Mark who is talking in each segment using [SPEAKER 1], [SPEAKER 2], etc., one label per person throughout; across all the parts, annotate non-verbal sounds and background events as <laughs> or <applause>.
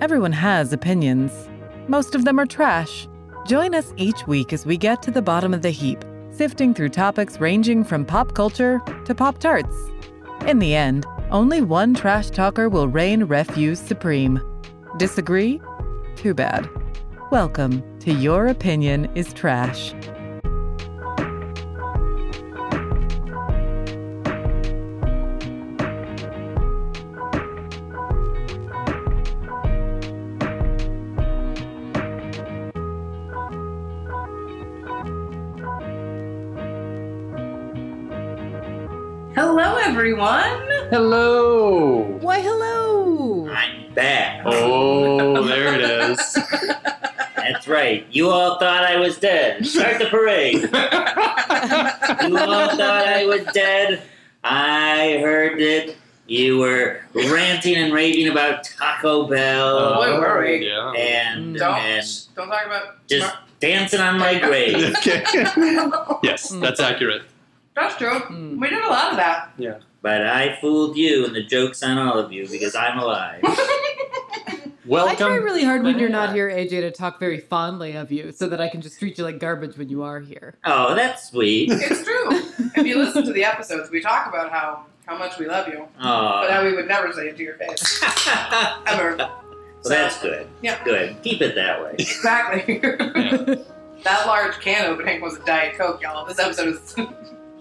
[SPEAKER 1] Everyone has opinions. Most of them are trash. Join us each week as we get to the bottom of the heap, sifting through topics ranging from pop culture to Pop Tarts. In the end, only one trash talker will reign refuse supreme. Disagree? Too bad. Welcome to Your Opinion is Trash.
[SPEAKER 2] Hello, everyone.
[SPEAKER 3] Hello.
[SPEAKER 4] Why, hello!
[SPEAKER 5] I'm back.
[SPEAKER 3] Oh, there it is.
[SPEAKER 5] That's right. You all thought I was dead. Start the parade. You all thought I was dead. I heard it. You were ranting and raving about Taco Bell
[SPEAKER 2] Wait, where are we?
[SPEAKER 3] Oh, Yeah.
[SPEAKER 5] and,
[SPEAKER 2] Mm. Don't
[SPEAKER 5] and
[SPEAKER 2] don't talk about <laughs>
[SPEAKER 5] just dancing on my grave.
[SPEAKER 3] Okay.
[SPEAKER 2] That's
[SPEAKER 3] <laughs> yes, that's accurate.
[SPEAKER 2] true.
[SPEAKER 1] Mm.
[SPEAKER 2] We did a lot of that.
[SPEAKER 5] But I fooled you, and the joke's on all of you because I'm alive.
[SPEAKER 4] I try
[SPEAKER 3] Welcome.
[SPEAKER 4] really hard when you're not
[SPEAKER 3] back.
[SPEAKER 4] here, AJ, to talk very fondly of you so that I can just treat you like garbage when you are here.
[SPEAKER 5] Oh, that's sweet.
[SPEAKER 2] It's true.
[SPEAKER 4] <laughs>
[SPEAKER 2] if you listen to the episodes, we talk about how how much we love you, but
[SPEAKER 5] <laughs> Oh,
[SPEAKER 2] how we would never say it to your face
[SPEAKER 5] well,
[SPEAKER 2] ever.
[SPEAKER 5] that's good.
[SPEAKER 2] Yeah.
[SPEAKER 5] Good. Keep it that way.
[SPEAKER 2] Exactly.
[SPEAKER 3] Yeah.
[SPEAKER 2] that large can opening was a Diet Coke, y'all. This episode is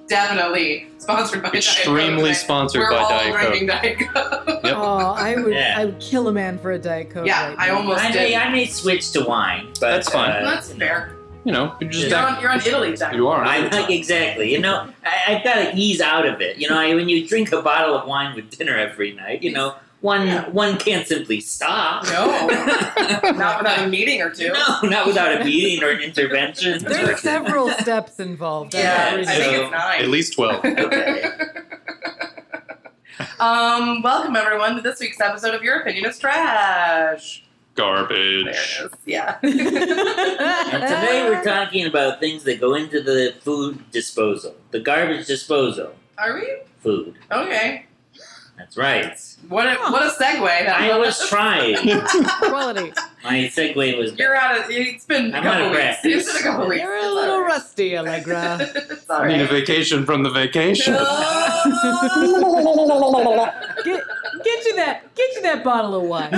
[SPEAKER 2] definitely sponsored by
[SPEAKER 3] Extremely
[SPEAKER 2] Diet Coke.
[SPEAKER 3] sponsored
[SPEAKER 2] We're
[SPEAKER 3] by
[SPEAKER 2] all
[SPEAKER 3] Diet Coke.
[SPEAKER 2] drinking Diet Coke.
[SPEAKER 3] Yep.
[SPEAKER 4] Oh, I would,
[SPEAKER 5] Yeah.
[SPEAKER 4] I would kill a man for a Diet Coke.
[SPEAKER 2] Yeah,
[SPEAKER 4] right
[SPEAKER 2] I
[SPEAKER 4] now.
[SPEAKER 2] almost
[SPEAKER 5] I
[SPEAKER 2] did.
[SPEAKER 5] may, I may switch to wine. But,
[SPEAKER 3] That's fine.
[SPEAKER 5] uh,
[SPEAKER 2] That's fair.
[SPEAKER 3] You know, you're just
[SPEAKER 2] You're
[SPEAKER 5] Yeah.
[SPEAKER 3] back.
[SPEAKER 2] on, you're on Italy time.
[SPEAKER 3] You are.
[SPEAKER 5] I like exactly. You know, I, I've got to ease out of it. You know, I, when you drink a bottle of wine with dinner every night, you know, one
[SPEAKER 2] Yeah.
[SPEAKER 5] one can't simply stop. <laughs>
[SPEAKER 2] No, not without a meeting or two.
[SPEAKER 5] no, not without a meeting or an
[SPEAKER 2] <laughs>
[SPEAKER 5] intervention.
[SPEAKER 4] There's several steps involved.
[SPEAKER 2] Yeah,
[SPEAKER 5] Yeah,
[SPEAKER 2] I think
[SPEAKER 3] so-
[SPEAKER 2] it's nine.
[SPEAKER 3] At least 12.
[SPEAKER 5] okay.
[SPEAKER 2] Um, welcome everyone to this week's episode of Your Opinion is Trash. There it
[SPEAKER 3] Garbage.
[SPEAKER 2] is. Yeah. <laughs>
[SPEAKER 4] <laughs>
[SPEAKER 5] And today we're talking about things that go into the food disposal, the garbage disposal,
[SPEAKER 2] Are we?
[SPEAKER 5] food.
[SPEAKER 2] Okay.
[SPEAKER 5] That's right.
[SPEAKER 2] What a what a segue. That
[SPEAKER 5] I was trying.
[SPEAKER 2] <laughs>
[SPEAKER 4] Quality.
[SPEAKER 5] My segue was.
[SPEAKER 2] You're out of. It's been a
[SPEAKER 5] I'm
[SPEAKER 2] couple
[SPEAKER 5] out of
[SPEAKER 2] weeks. It's been a couple weeks.
[SPEAKER 4] You're
[SPEAKER 2] It's
[SPEAKER 4] a
[SPEAKER 2] all
[SPEAKER 4] little
[SPEAKER 2] right.
[SPEAKER 4] rusty, Allegra.
[SPEAKER 2] <laughs> it's all
[SPEAKER 3] I need a
[SPEAKER 2] right.
[SPEAKER 3] vacation from the vacation.
[SPEAKER 2] Oh. <laughs> Um,
[SPEAKER 4] Get you that, get you that bottle of wine.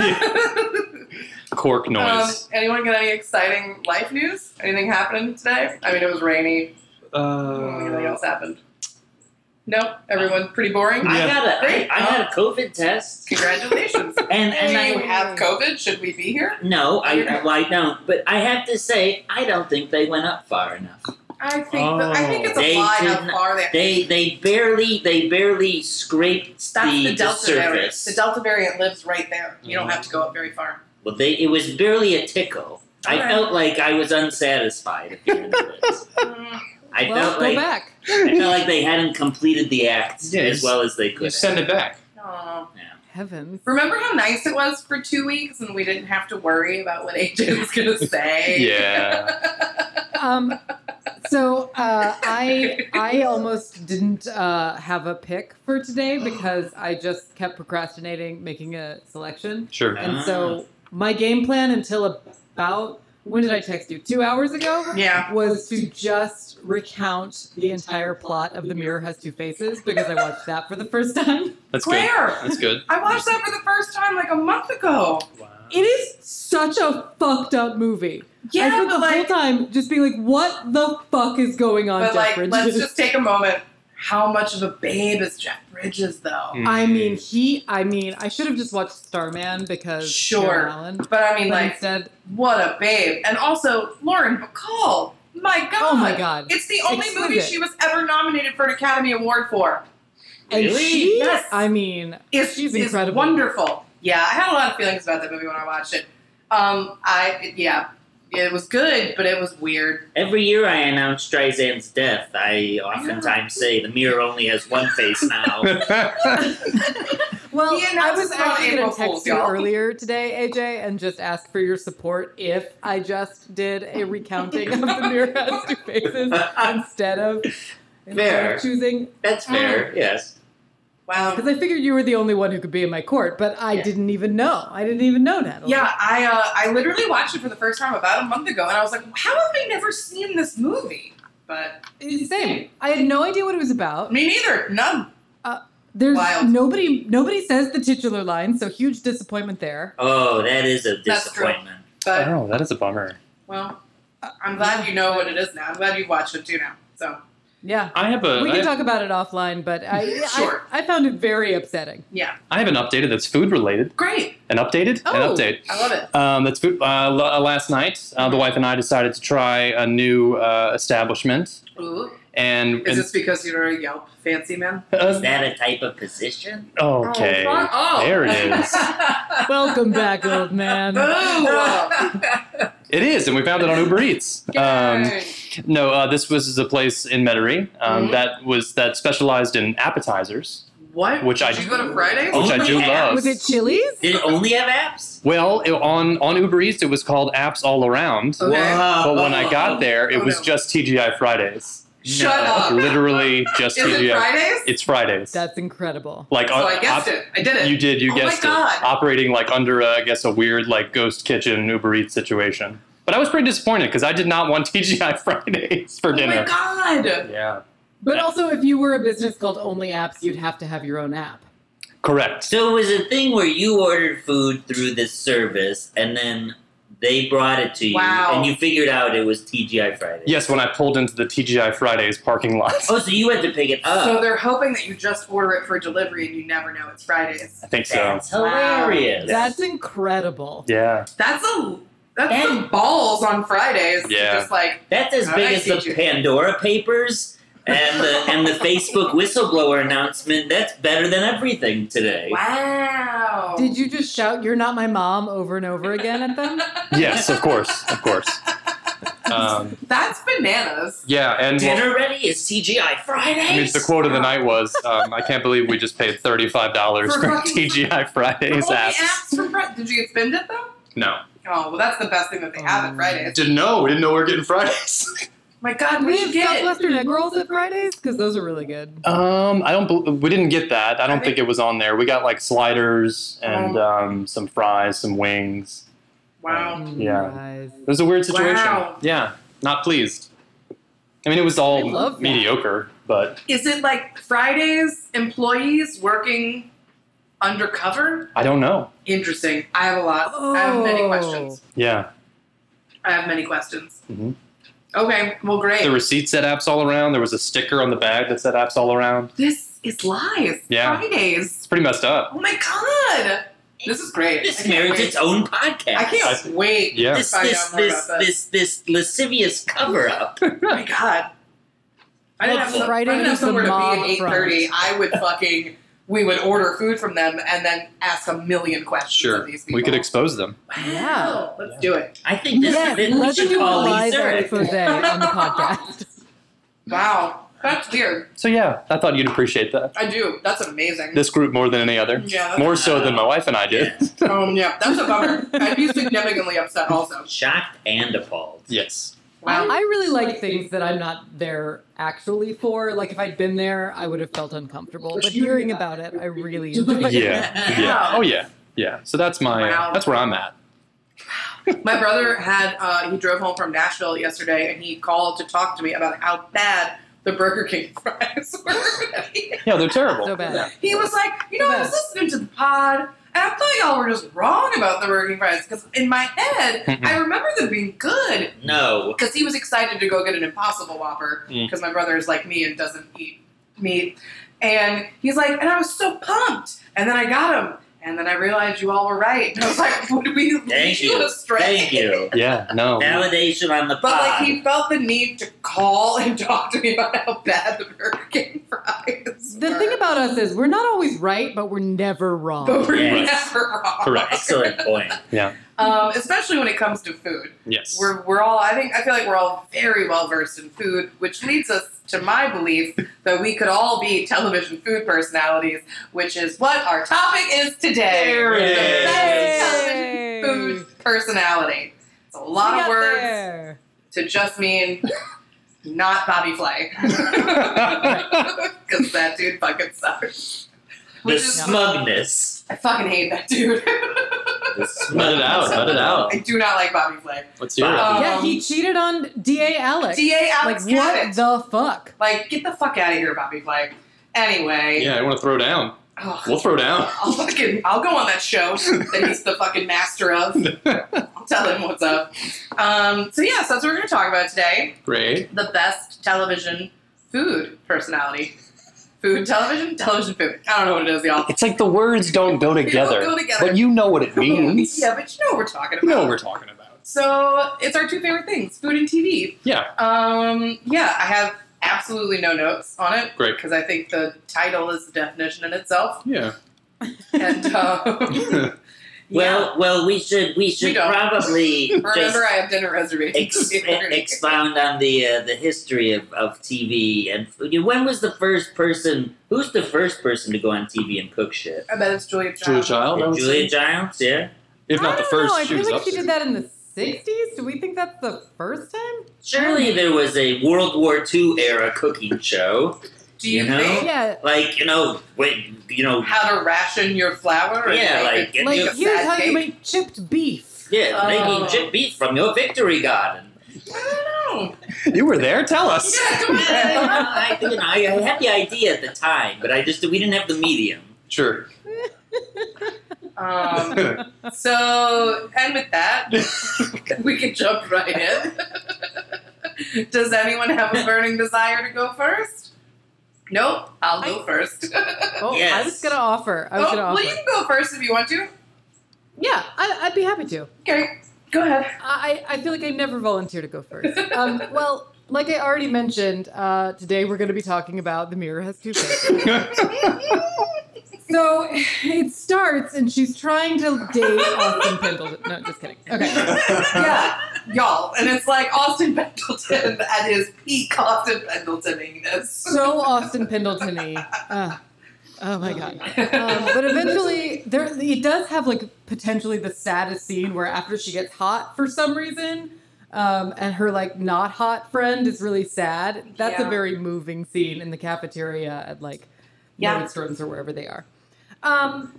[SPEAKER 3] Cork
[SPEAKER 2] um,
[SPEAKER 3] noise.
[SPEAKER 2] anyone got any exciting life news? Anything happening today? I mean, it was rainy. Anything
[SPEAKER 3] Uh,
[SPEAKER 2] else happened? Nope. Everyone pretty boring.
[SPEAKER 5] I
[SPEAKER 3] Yeah.
[SPEAKER 5] got a. I,
[SPEAKER 2] Great.
[SPEAKER 5] I got a COVID test,
[SPEAKER 2] Congratulations.
[SPEAKER 5] and and I
[SPEAKER 2] Do you have COVID? Should we be here?
[SPEAKER 5] No, I,
[SPEAKER 2] You're not.
[SPEAKER 5] well, I don't. But I have to say, I don't think they went up far enough.
[SPEAKER 2] I think that, I think it's
[SPEAKER 5] Oh.
[SPEAKER 2] a lie
[SPEAKER 5] They
[SPEAKER 2] how
[SPEAKER 5] didn't-
[SPEAKER 2] far they.
[SPEAKER 5] They they barely they barely scraped
[SPEAKER 2] That's the,
[SPEAKER 5] the
[SPEAKER 2] Delta variant.
[SPEAKER 5] surface.
[SPEAKER 2] The Delta variant lives right there. You don't have to go up very far.
[SPEAKER 5] well, they it was barely a tickle. I
[SPEAKER 2] Alright.
[SPEAKER 5] felt like I was unsatisfied at the end of it.
[SPEAKER 2] Mm,
[SPEAKER 5] I
[SPEAKER 4] well,
[SPEAKER 5] felt
[SPEAKER 4] go
[SPEAKER 5] like
[SPEAKER 4] back.
[SPEAKER 5] I felt like they hadn't completed the act
[SPEAKER 3] Yeah,
[SPEAKER 5] as
[SPEAKER 3] you-
[SPEAKER 5] well as they could.
[SPEAKER 3] you
[SPEAKER 5] have.
[SPEAKER 3] send it back.
[SPEAKER 2] aw.
[SPEAKER 4] Heavens.
[SPEAKER 2] Remember how nice it was for two weeks and we didn't have to worry about what AJ was going to say?
[SPEAKER 3] Yeah.
[SPEAKER 4] Um, so uh, I I almost didn't uh, have a pick for today because I just kept procrastinating making a selection,
[SPEAKER 3] Sure.
[SPEAKER 4] and
[SPEAKER 5] Ah.
[SPEAKER 4] so my game plan until about when did I text you? Two hours ago
[SPEAKER 2] Yeah.
[SPEAKER 4] was to just recount the entire plot of The Mirror Has Two Faces because I watched that for the first time.
[SPEAKER 3] That's good.
[SPEAKER 2] Claire!
[SPEAKER 3] That's good.
[SPEAKER 2] I watched that for the first time like a month ago.
[SPEAKER 4] It is such a fucked up movie. I
[SPEAKER 2] Yeah,
[SPEAKER 4] spent
[SPEAKER 2] but
[SPEAKER 4] the whole
[SPEAKER 2] like,
[SPEAKER 4] time just being like, "What the fuck is going on?"
[SPEAKER 2] but
[SPEAKER 4] Jeff
[SPEAKER 2] like, let's
[SPEAKER 4] Bridges?
[SPEAKER 2] just take a moment. How much of a babe is Jeff Bridges, though?
[SPEAKER 4] <laughs> I mean, he. I mean, I should have just watched Starman because
[SPEAKER 2] Sure.
[SPEAKER 4] Karen Allen.
[SPEAKER 2] But I mean,
[SPEAKER 4] but
[SPEAKER 2] like,
[SPEAKER 4] instead,
[SPEAKER 2] what a babe. And also, Lauren Bacall. My God.
[SPEAKER 4] oh my god!
[SPEAKER 2] It's the only
[SPEAKER 4] Exquisite.
[SPEAKER 2] movie she was ever nominated for an Academy Award for.
[SPEAKER 4] And
[SPEAKER 5] Really?
[SPEAKER 4] she.
[SPEAKER 2] Yes.
[SPEAKER 4] I mean,
[SPEAKER 2] It's,
[SPEAKER 4] She's
[SPEAKER 2] it's
[SPEAKER 4] incredible.
[SPEAKER 2] wonderful. Yeah, I had a lot of feelings about that movie when I watched it. Um, I yeah, it was good, but it was weird.
[SPEAKER 5] Every year I announce Streisand's death. I oftentimes say the mirror only has one face now.
[SPEAKER 3] Hmm.
[SPEAKER 5] <laughs>
[SPEAKER 3] <laughs>
[SPEAKER 2] <laughs>
[SPEAKER 4] well,
[SPEAKER 2] He
[SPEAKER 4] I
[SPEAKER 2] announced
[SPEAKER 4] was
[SPEAKER 2] it on
[SPEAKER 4] actually
[SPEAKER 2] April
[SPEAKER 4] gonna text
[SPEAKER 2] Fool's,
[SPEAKER 4] you
[SPEAKER 2] y'all.
[SPEAKER 4] earlier today, AJ, and just ask for your support if I just did a recounting of the mirror has two
[SPEAKER 2] <laughs>
[SPEAKER 4] faces instead of, instead
[SPEAKER 5] Fair.
[SPEAKER 4] of choosing.
[SPEAKER 5] That's fair. Yes.
[SPEAKER 2] Wow.
[SPEAKER 4] Because I figured you were the only one who could be in my court, but I
[SPEAKER 2] Yeah.
[SPEAKER 4] didn't even know. I didn't even know Natalie.
[SPEAKER 2] Yeah, I uh, I literally watched it for the first time about a month ago, and I was like, how have I never seen this movie? But
[SPEAKER 4] Same. I had no idea what it was about.
[SPEAKER 2] me neither. None.
[SPEAKER 4] There's
[SPEAKER 2] Wild.
[SPEAKER 4] nobody nobody says the titular line, so huge disappointment there.
[SPEAKER 5] Oh, that is a
[SPEAKER 2] That's true.
[SPEAKER 5] disappointment.
[SPEAKER 4] Uh-huh.
[SPEAKER 2] But
[SPEAKER 3] Oh, that is a bummer.
[SPEAKER 2] well, I'm glad you know what it is now. I'm glad you watched it too now. So
[SPEAKER 4] Yeah.
[SPEAKER 3] I have a.
[SPEAKER 4] We
[SPEAKER 3] Uh,
[SPEAKER 4] can
[SPEAKER 3] I have,
[SPEAKER 4] talk about it offline, but I,
[SPEAKER 2] Sure.
[SPEAKER 4] I I found it very upsetting.
[SPEAKER 2] yeah,
[SPEAKER 3] I have an updated that's food related.
[SPEAKER 2] great.
[SPEAKER 3] An updated?
[SPEAKER 4] Oh.
[SPEAKER 3] An update.
[SPEAKER 2] I love it.
[SPEAKER 3] Um, that's food. Uh, l- last night, uh, the wife and I decided to try a new uh, establishment,
[SPEAKER 2] Ooh.
[SPEAKER 3] and,
[SPEAKER 2] Is
[SPEAKER 3] and- uh,
[SPEAKER 2] this because you're a Yelp fancy man?
[SPEAKER 3] <laughs>
[SPEAKER 5] Is that a type of position?
[SPEAKER 3] okay.
[SPEAKER 2] Oh, fuck off.
[SPEAKER 3] There it
[SPEAKER 2] <laughs>
[SPEAKER 3] is.
[SPEAKER 4] Welcome back, old man.
[SPEAKER 3] It is, and we found it on Uber
[SPEAKER 2] <laughs>
[SPEAKER 3] Eats. Um,
[SPEAKER 2] Yay.
[SPEAKER 3] no, uh, this was a place in Metairie um,
[SPEAKER 2] Mhm.
[SPEAKER 3] that was that specialized in appetizers.
[SPEAKER 2] what?
[SPEAKER 3] which
[SPEAKER 2] Did
[SPEAKER 3] I-
[SPEAKER 2] you go to Fridays?
[SPEAKER 3] which I
[SPEAKER 5] Only
[SPEAKER 3] do
[SPEAKER 5] apps?
[SPEAKER 3] love.
[SPEAKER 4] Was it Chili's?
[SPEAKER 5] Did it only have apps?
[SPEAKER 3] Well, it, on on Uber Eats, it was called Apps All Around,
[SPEAKER 2] Okay.
[SPEAKER 5] Wow.
[SPEAKER 3] but when I got there, it
[SPEAKER 2] Oh,
[SPEAKER 3] was
[SPEAKER 2] no.
[SPEAKER 3] just TGI Fridays.
[SPEAKER 2] Shut
[SPEAKER 5] No.
[SPEAKER 2] up.
[SPEAKER 3] Literally just
[SPEAKER 2] <laughs> Is it
[SPEAKER 3] TGI.
[SPEAKER 2] Fridays?
[SPEAKER 3] It's Fridays.
[SPEAKER 4] That's incredible.
[SPEAKER 3] like
[SPEAKER 2] so
[SPEAKER 3] uh,
[SPEAKER 2] I guessed
[SPEAKER 3] op-
[SPEAKER 2] it. I did it.
[SPEAKER 3] You did. You
[SPEAKER 2] Oh my
[SPEAKER 3] guessed
[SPEAKER 2] God.
[SPEAKER 3] it. Operating like under, uh, I guess, a weird like ghost kitchen Uber Eats situation. But I was pretty disappointed because I did not want <laughs> TGI Fridays for
[SPEAKER 2] oh
[SPEAKER 3] dinner.
[SPEAKER 2] my god.
[SPEAKER 3] Yeah.
[SPEAKER 4] But also, if you were a business called Only Apps, you'd have to have your own app.
[SPEAKER 3] Correct.
[SPEAKER 5] So it was a thing where you ordered food through this service and then they brought it to you
[SPEAKER 2] Wow.
[SPEAKER 5] and you figured out it was TGI Friday.
[SPEAKER 3] Yes, when I pulled into the TGI Fridays parking lot. <laughs>
[SPEAKER 5] Oh, so you had to pick it up.
[SPEAKER 2] So they're hoping that you just order it for delivery and you never know it's Fridays.
[SPEAKER 3] I think so.
[SPEAKER 5] That's
[SPEAKER 2] Wow.
[SPEAKER 5] hilarious.
[SPEAKER 4] That's incredible.
[SPEAKER 3] Yeah.
[SPEAKER 2] That's a that's
[SPEAKER 5] And-
[SPEAKER 2] some balls on Fridays. to
[SPEAKER 3] Yeah.
[SPEAKER 2] Just like
[SPEAKER 5] That's as
[SPEAKER 2] All
[SPEAKER 5] big
[SPEAKER 2] right,
[SPEAKER 5] as the
[SPEAKER 2] teacher.
[SPEAKER 5] Pandora Papers and the and the Facebook whistleblower announcement. That's better than everything today.
[SPEAKER 2] wow.
[SPEAKER 4] Did you just shout, You're not my mom, over and over again at them?
[SPEAKER 3] Yes, of course, of course.
[SPEAKER 2] <laughs>
[SPEAKER 3] Um,
[SPEAKER 2] That's bananas.
[SPEAKER 3] yeah, and well,
[SPEAKER 5] Dinner ready is CGI Fridays.
[SPEAKER 3] I mean, the quote of the night was, um, "I can't believe we just paid thirty-five dollars
[SPEAKER 2] For
[SPEAKER 3] for
[SPEAKER 2] fucking- <laughs>
[SPEAKER 3] TGI Fridays
[SPEAKER 2] Only
[SPEAKER 3] apps."
[SPEAKER 2] apps for Fri- Did you get spinned it though?
[SPEAKER 3] No,
[SPEAKER 2] Oh well, that's the best thing that they have
[SPEAKER 3] Um,
[SPEAKER 2] at Fridays.
[SPEAKER 3] didn't know. We didn't know we were getting Fridays. <laughs>
[SPEAKER 2] My God,
[SPEAKER 4] Do <laughs>
[SPEAKER 2] we
[SPEAKER 4] we
[SPEAKER 2] should
[SPEAKER 4] have
[SPEAKER 2] get it.
[SPEAKER 4] Southwestern egg rolls at Fridays? Because those are really good.
[SPEAKER 3] Um, I don't. bel we didn't get that. I don't
[SPEAKER 2] I
[SPEAKER 3] think it was on there. We got like sliders and um, some fries, some wings.
[SPEAKER 2] Wow.
[SPEAKER 4] Mm,
[SPEAKER 3] Yeah.
[SPEAKER 4] guys.
[SPEAKER 3] It was a weird situation.
[SPEAKER 2] Wow.
[SPEAKER 3] Yeah, not pleased. I mean, it was
[SPEAKER 4] I
[SPEAKER 3] all
[SPEAKER 4] love that.
[SPEAKER 3] mediocre, but
[SPEAKER 2] Is it like Fridays employees working undercover?
[SPEAKER 3] I don't know.
[SPEAKER 2] Interesting. I have a lot. I have many
[SPEAKER 4] Oh.
[SPEAKER 2] questions.
[SPEAKER 3] Yeah,
[SPEAKER 2] I have many questions.
[SPEAKER 3] Mhm.
[SPEAKER 2] Okay. Well, great.
[SPEAKER 3] the receipt said apps all around. There was a sticker on the bag that said apps all around.
[SPEAKER 2] This is lies.
[SPEAKER 3] Yeah.
[SPEAKER 2] Fridays.
[SPEAKER 3] It's pretty messed up.
[SPEAKER 2] Oh my god. This is great. I
[SPEAKER 5] This
[SPEAKER 2] can't
[SPEAKER 5] merits
[SPEAKER 2] wait.
[SPEAKER 5] its own podcast.
[SPEAKER 2] I can't wait.
[SPEAKER 3] Yeah.
[SPEAKER 5] This
[SPEAKER 2] To find
[SPEAKER 5] this
[SPEAKER 2] out more
[SPEAKER 5] this,
[SPEAKER 2] about this.
[SPEAKER 5] this this lascivious cover up.
[SPEAKER 2] Oh my god. I didn't have,
[SPEAKER 5] Well,
[SPEAKER 2] some, I
[SPEAKER 4] Friday
[SPEAKER 2] didn't have
[SPEAKER 4] is the
[SPEAKER 2] somewhere to be
[SPEAKER 4] mob
[SPEAKER 2] at eight thirty. I would fucking we would order food from them and then ask a million questions of these people.
[SPEAKER 3] We could expose them.
[SPEAKER 4] Yeah.
[SPEAKER 2] Let's do it.
[SPEAKER 5] I think this
[SPEAKER 4] yes,
[SPEAKER 5] is it. We
[SPEAKER 4] let's
[SPEAKER 5] should
[SPEAKER 4] do a
[SPEAKER 5] call
[SPEAKER 4] live
[SPEAKER 5] Lisa.
[SPEAKER 4] exposé on the <laughs> podcast.
[SPEAKER 2] Wow. That's weird.
[SPEAKER 3] So yeah, I thought you'd appreciate that.
[SPEAKER 2] I do. That's amazing.
[SPEAKER 3] This group more than any other.
[SPEAKER 2] yeah.
[SPEAKER 3] More so than my wife and I did.
[SPEAKER 2] Um, yeah. That's a bummer. I'd be significantly upset also. Um,
[SPEAKER 5] Shocked and appalled.
[SPEAKER 3] <laughs> Yes.
[SPEAKER 2] Wow.
[SPEAKER 4] I really like things that I'm not there actually for. Like if I'd been there, I would have felt uncomfortable. But hearing about it, I <laughs> really enjoy it.
[SPEAKER 3] Yeah. Yeah. Oh yeah. Yeah. So that's my
[SPEAKER 2] Wow.
[SPEAKER 3] that's where I'm at.
[SPEAKER 2] My brother had uh, he drove home from Nashville yesterday, and he called to talk to me about how bad the Burger King fries <laughs> were.
[SPEAKER 3] Yeah, they're terrible.
[SPEAKER 4] So bad.
[SPEAKER 3] Yeah.
[SPEAKER 2] he was like, you know, I was listening to the pod, and I thought y'all were just wrong about the Burger King fries because in my head,
[SPEAKER 3] Mhm.
[SPEAKER 2] I remember them being good.
[SPEAKER 5] <laughs> No.
[SPEAKER 2] Because he was excited to go get an Impossible Whopper
[SPEAKER 3] Mm.
[SPEAKER 2] because my brother is like me and doesn't eat meat, and he's like, and I was so pumped, and then I got him. And then I realized you all were right. And I was like, <laughs> would we lead
[SPEAKER 5] Thank you.
[SPEAKER 2] astray?
[SPEAKER 5] Thank you.
[SPEAKER 3] Yeah, no.
[SPEAKER 5] Validation on the
[SPEAKER 2] But
[SPEAKER 5] pod.
[SPEAKER 2] like he felt the need to call and <laughs> talk to me about how bad the Burger King fries.
[SPEAKER 4] The
[SPEAKER 2] were.
[SPEAKER 4] thing about us is we're not always right, but we're never
[SPEAKER 2] but
[SPEAKER 4] wrong.
[SPEAKER 2] we're
[SPEAKER 5] Yes.
[SPEAKER 2] never wrong.
[SPEAKER 3] Correct.
[SPEAKER 5] <laughs>
[SPEAKER 2] <laughs>
[SPEAKER 5] Excellent point.
[SPEAKER 2] Um, especially when it comes to food.
[SPEAKER 3] Yes.
[SPEAKER 2] We're we're all I think I feel like we're all very well versed in food, which leads us to my belief that we could all be television food personalities, which is what our topic is today.
[SPEAKER 5] There it
[SPEAKER 2] the
[SPEAKER 5] is.
[SPEAKER 2] best
[SPEAKER 4] Yay.
[SPEAKER 2] television food personality. It's a
[SPEAKER 4] We
[SPEAKER 2] lot of
[SPEAKER 4] got
[SPEAKER 2] words
[SPEAKER 4] there.
[SPEAKER 2] to just mean
[SPEAKER 4] <laughs>
[SPEAKER 2] not Bobby Flay. Because that dude fucking sucks.
[SPEAKER 5] The
[SPEAKER 2] Which is-
[SPEAKER 5] smugness.
[SPEAKER 2] I fucking hate that dude. <laughs>
[SPEAKER 5] The
[SPEAKER 3] Let it
[SPEAKER 5] smugness
[SPEAKER 3] out.
[SPEAKER 5] of
[SPEAKER 3] Let it out.
[SPEAKER 2] I do not like Bobby Flay.
[SPEAKER 3] Let's hear it.
[SPEAKER 5] Wow.
[SPEAKER 4] yeah,
[SPEAKER 2] Um,
[SPEAKER 4] he cheated on DA Alex.
[SPEAKER 2] DA Alex
[SPEAKER 4] like what
[SPEAKER 2] Cabot.
[SPEAKER 4] the fuck?
[SPEAKER 2] Like, get the fuck out of here, Bobby Flay. Anyway,
[SPEAKER 3] Yeah, I want to throw down.
[SPEAKER 2] ugh,
[SPEAKER 3] We'll throw down.
[SPEAKER 2] I'll fucking I'll go on that show that he's the fucking master
[SPEAKER 3] <laughs>
[SPEAKER 2] of. I'll tell him what's up. Um, so yeah, so that's what we're gonna talk about today.
[SPEAKER 3] Great.
[SPEAKER 2] The best television food personality. Food television, television food. I don't know what it is, y'all.
[SPEAKER 3] It's like the words don't go
[SPEAKER 2] together, go together. but
[SPEAKER 3] you know
[SPEAKER 4] <laughs>
[SPEAKER 3] what it
[SPEAKER 2] <laughs> yeah, but you know what we're talking about.
[SPEAKER 3] You know what we're talking about.
[SPEAKER 2] so it's our two favorite things, food and TV.
[SPEAKER 3] Yeah.
[SPEAKER 2] Um, yeah, I have absolutely no notes on it.
[SPEAKER 3] Great.
[SPEAKER 2] Because I think the title is the definition in itself.
[SPEAKER 4] <laughs>
[SPEAKER 3] Yeah. <laughs>
[SPEAKER 2] And
[SPEAKER 5] <laughs>
[SPEAKER 2] um,
[SPEAKER 5] Well, well, we should we should
[SPEAKER 2] don't.
[SPEAKER 5] probably
[SPEAKER 2] yeah. <laughs>
[SPEAKER 5] just
[SPEAKER 2] remember I have dinner <laughs>
[SPEAKER 5] ex-
[SPEAKER 2] reservations.
[SPEAKER 5] expound on the uh, the history of, of TV and food. When was the first person? Who's the first person to go on TV and cook shit?
[SPEAKER 2] I bet it's Julia Child.
[SPEAKER 3] Julia Child. I would say.
[SPEAKER 5] Julia Giles, yeah.
[SPEAKER 3] <laughs> If
[SPEAKER 4] I
[SPEAKER 3] not the
[SPEAKER 4] don't
[SPEAKER 3] first,
[SPEAKER 4] know. I
[SPEAKER 3] she
[SPEAKER 4] feel
[SPEAKER 3] was
[SPEAKER 4] like
[SPEAKER 3] up
[SPEAKER 4] she
[SPEAKER 3] there.
[SPEAKER 4] did that in the '60s. Do we think that's the first time?
[SPEAKER 5] Surely there was a World War II era cooking show,
[SPEAKER 2] Do you,
[SPEAKER 5] You know?
[SPEAKER 2] think
[SPEAKER 4] Yeah.
[SPEAKER 5] like you know, wait, you know,
[SPEAKER 2] how to ration your flour? or
[SPEAKER 5] yeah,
[SPEAKER 2] make
[SPEAKER 5] like,
[SPEAKER 2] it-
[SPEAKER 5] you-
[SPEAKER 4] Like
[SPEAKER 2] a
[SPEAKER 4] here's
[SPEAKER 2] sad
[SPEAKER 4] how
[SPEAKER 2] cake.
[SPEAKER 4] you make chipped beef.
[SPEAKER 3] <laughs>
[SPEAKER 5] yeah,
[SPEAKER 2] Oh.
[SPEAKER 5] making chip beef from your victory garden.
[SPEAKER 2] I don't know.
[SPEAKER 3] You were there. Tell us.
[SPEAKER 2] Yeah, come on.
[SPEAKER 5] I, you know, I I had the idea at the time, but I just we didn't have the medium.
[SPEAKER 3] <laughs> Sure. <laughs>
[SPEAKER 4] Oh,
[SPEAKER 5] <laughs>
[SPEAKER 2] Um, so, and with that, we can jump right in. <laughs> Does anyone have a burning desire to go first? Nope, I'll go first.
[SPEAKER 4] Oh, I
[SPEAKER 5] Yes.
[SPEAKER 4] was gonna offer. <laughs> I was
[SPEAKER 2] oh,
[SPEAKER 4] gonna
[SPEAKER 2] <laughs> well,
[SPEAKER 4] offer.
[SPEAKER 2] you can go first if you want to.
[SPEAKER 4] Yeah, I, I'd be happy to.
[SPEAKER 2] Okay, go ahead.
[SPEAKER 4] I, I feel like I never volunteer to go first. Um, well, like I already mentioned, uh, today we're going to be talking about The Mirror Has Two Faces. so it starts, and she's trying to date Austin Pendleton. No, just kidding. Okay.
[SPEAKER 2] <laughs>
[SPEAKER 4] <laughs>
[SPEAKER 2] Yeah, y'all. And it's like Austin Pendleton at his peak Austin Pendleton-iness.
[SPEAKER 4] So Austin Pendleton y. oh my God. Um, but eventually, there it does have like potentially the saddest scene where after she gets hot for some reason, um, and her like not hot friend is really sad. That's
[SPEAKER 2] Yeah.
[SPEAKER 4] a very moving scene in the cafeteria at like
[SPEAKER 2] Yeah.
[SPEAKER 4] Nordstrom's or wherever they are. Um,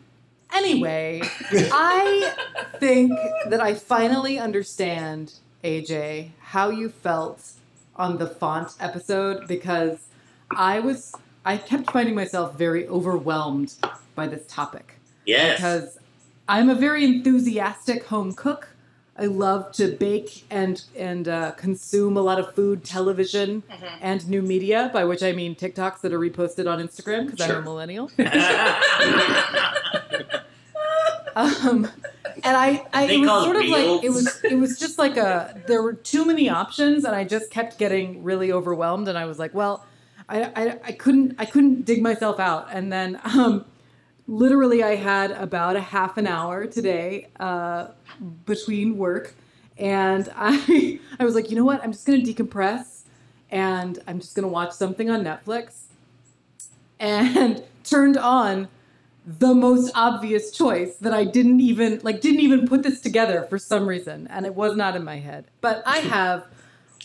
[SPEAKER 2] <laughs>
[SPEAKER 4] anyway, I think that I finally understand AJ how you felt on the font episode because I was I kept finding myself very overwhelmed by this topic
[SPEAKER 5] Yes.
[SPEAKER 4] because I'm a very enthusiastic home cook. I love to bake and and uh, consume a lot of food, television,
[SPEAKER 2] Mhm.
[SPEAKER 4] and new media. By which I mean TikToks that are reposted on Instagram because I'm
[SPEAKER 3] Sure.
[SPEAKER 4] a millennial. <laughs>
[SPEAKER 2] <laughs>
[SPEAKER 4] Um, and I, I
[SPEAKER 5] They
[SPEAKER 4] it was
[SPEAKER 5] call it
[SPEAKER 4] sort of like
[SPEAKER 5] reels.
[SPEAKER 4] it was it was just like a there were too many options and I just kept getting really overwhelmed and I was like, well, I I, I couldn't I couldn't dig myself out and then um, literally I had about a half an hour today uh, between work and <laughs> I I was like, you know what, I'm just gonna decompress and I'm just gonna watch something on Netflix and <laughs> turned on the most obvious choice that I didn't even like didn't even put this together for some reason and it was not in my head. But I have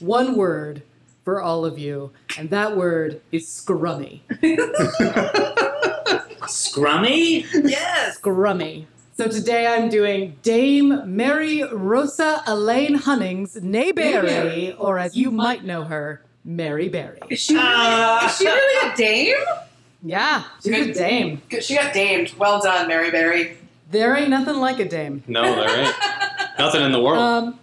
[SPEAKER 4] one word for all of you and that word is scrummy.
[SPEAKER 5] <laughs> Scrummy?
[SPEAKER 2] Yes.
[SPEAKER 4] Scrummy. So today I'm doing Dame Mary Rosa Elaine Hunnings Nayberry or as you might know her Mary Berry.
[SPEAKER 2] Is she really,
[SPEAKER 5] Uh,
[SPEAKER 2] is <laughs> she really a dame?
[SPEAKER 4] Yeah, she's a dame.
[SPEAKER 2] Good, She got damed. Well done, Mary Berry.
[SPEAKER 4] There ain't nothing like a dame.
[SPEAKER 3] No, there ain't. Nothing in the world.
[SPEAKER 4] Um,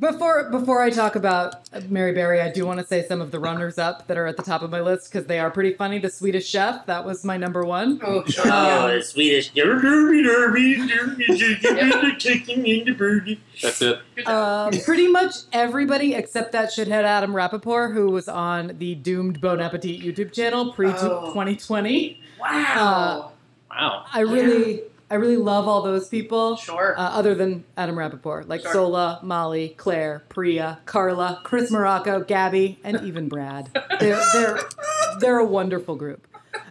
[SPEAKER 4] before before I talk about Mary Berry, I do want to say some of the runners up that are at the top of my list because they are pretty funny. The Swedish Chef that was my number one.
[SPEAKER 2] Oh, sure.
[SPEAKER 4] Um,
[SPEAKER 5] Oh, the Swedish. Derby, derby,
[SPEAKER 2] <laughs>
[SPEAKER 5] derby, derby, chicken in the birdie.
[SPEAKER 3] That's it.
[SPEAKER 2] Good job.
[SPEAKER 4] Uh, pretty much everybody except that shithead Adam Rappaport, who was on the doomed Bon Appetit YouTube channel pre
[SPEAKER 2] Oh.
[SPEAKER 4] 2020.
[SPEAKER 2] wow.
[SPEAKER 3] Wow.
[SPEAKER 4] I really, I really love all those people.
[SPEAKER 2] sure.
[SPEAKER 4] Uh, other than Adam Rappaport, like
[SPEAKER 2] Sure.
[SPEAKER 4] Sola, Molly, Claire, Priya, Carla, Chris Morocco, Gabby,
[SPEAKER 2] <laughs>
[SPEAKER 4] and even Brad. They're they're they're a wonderful group,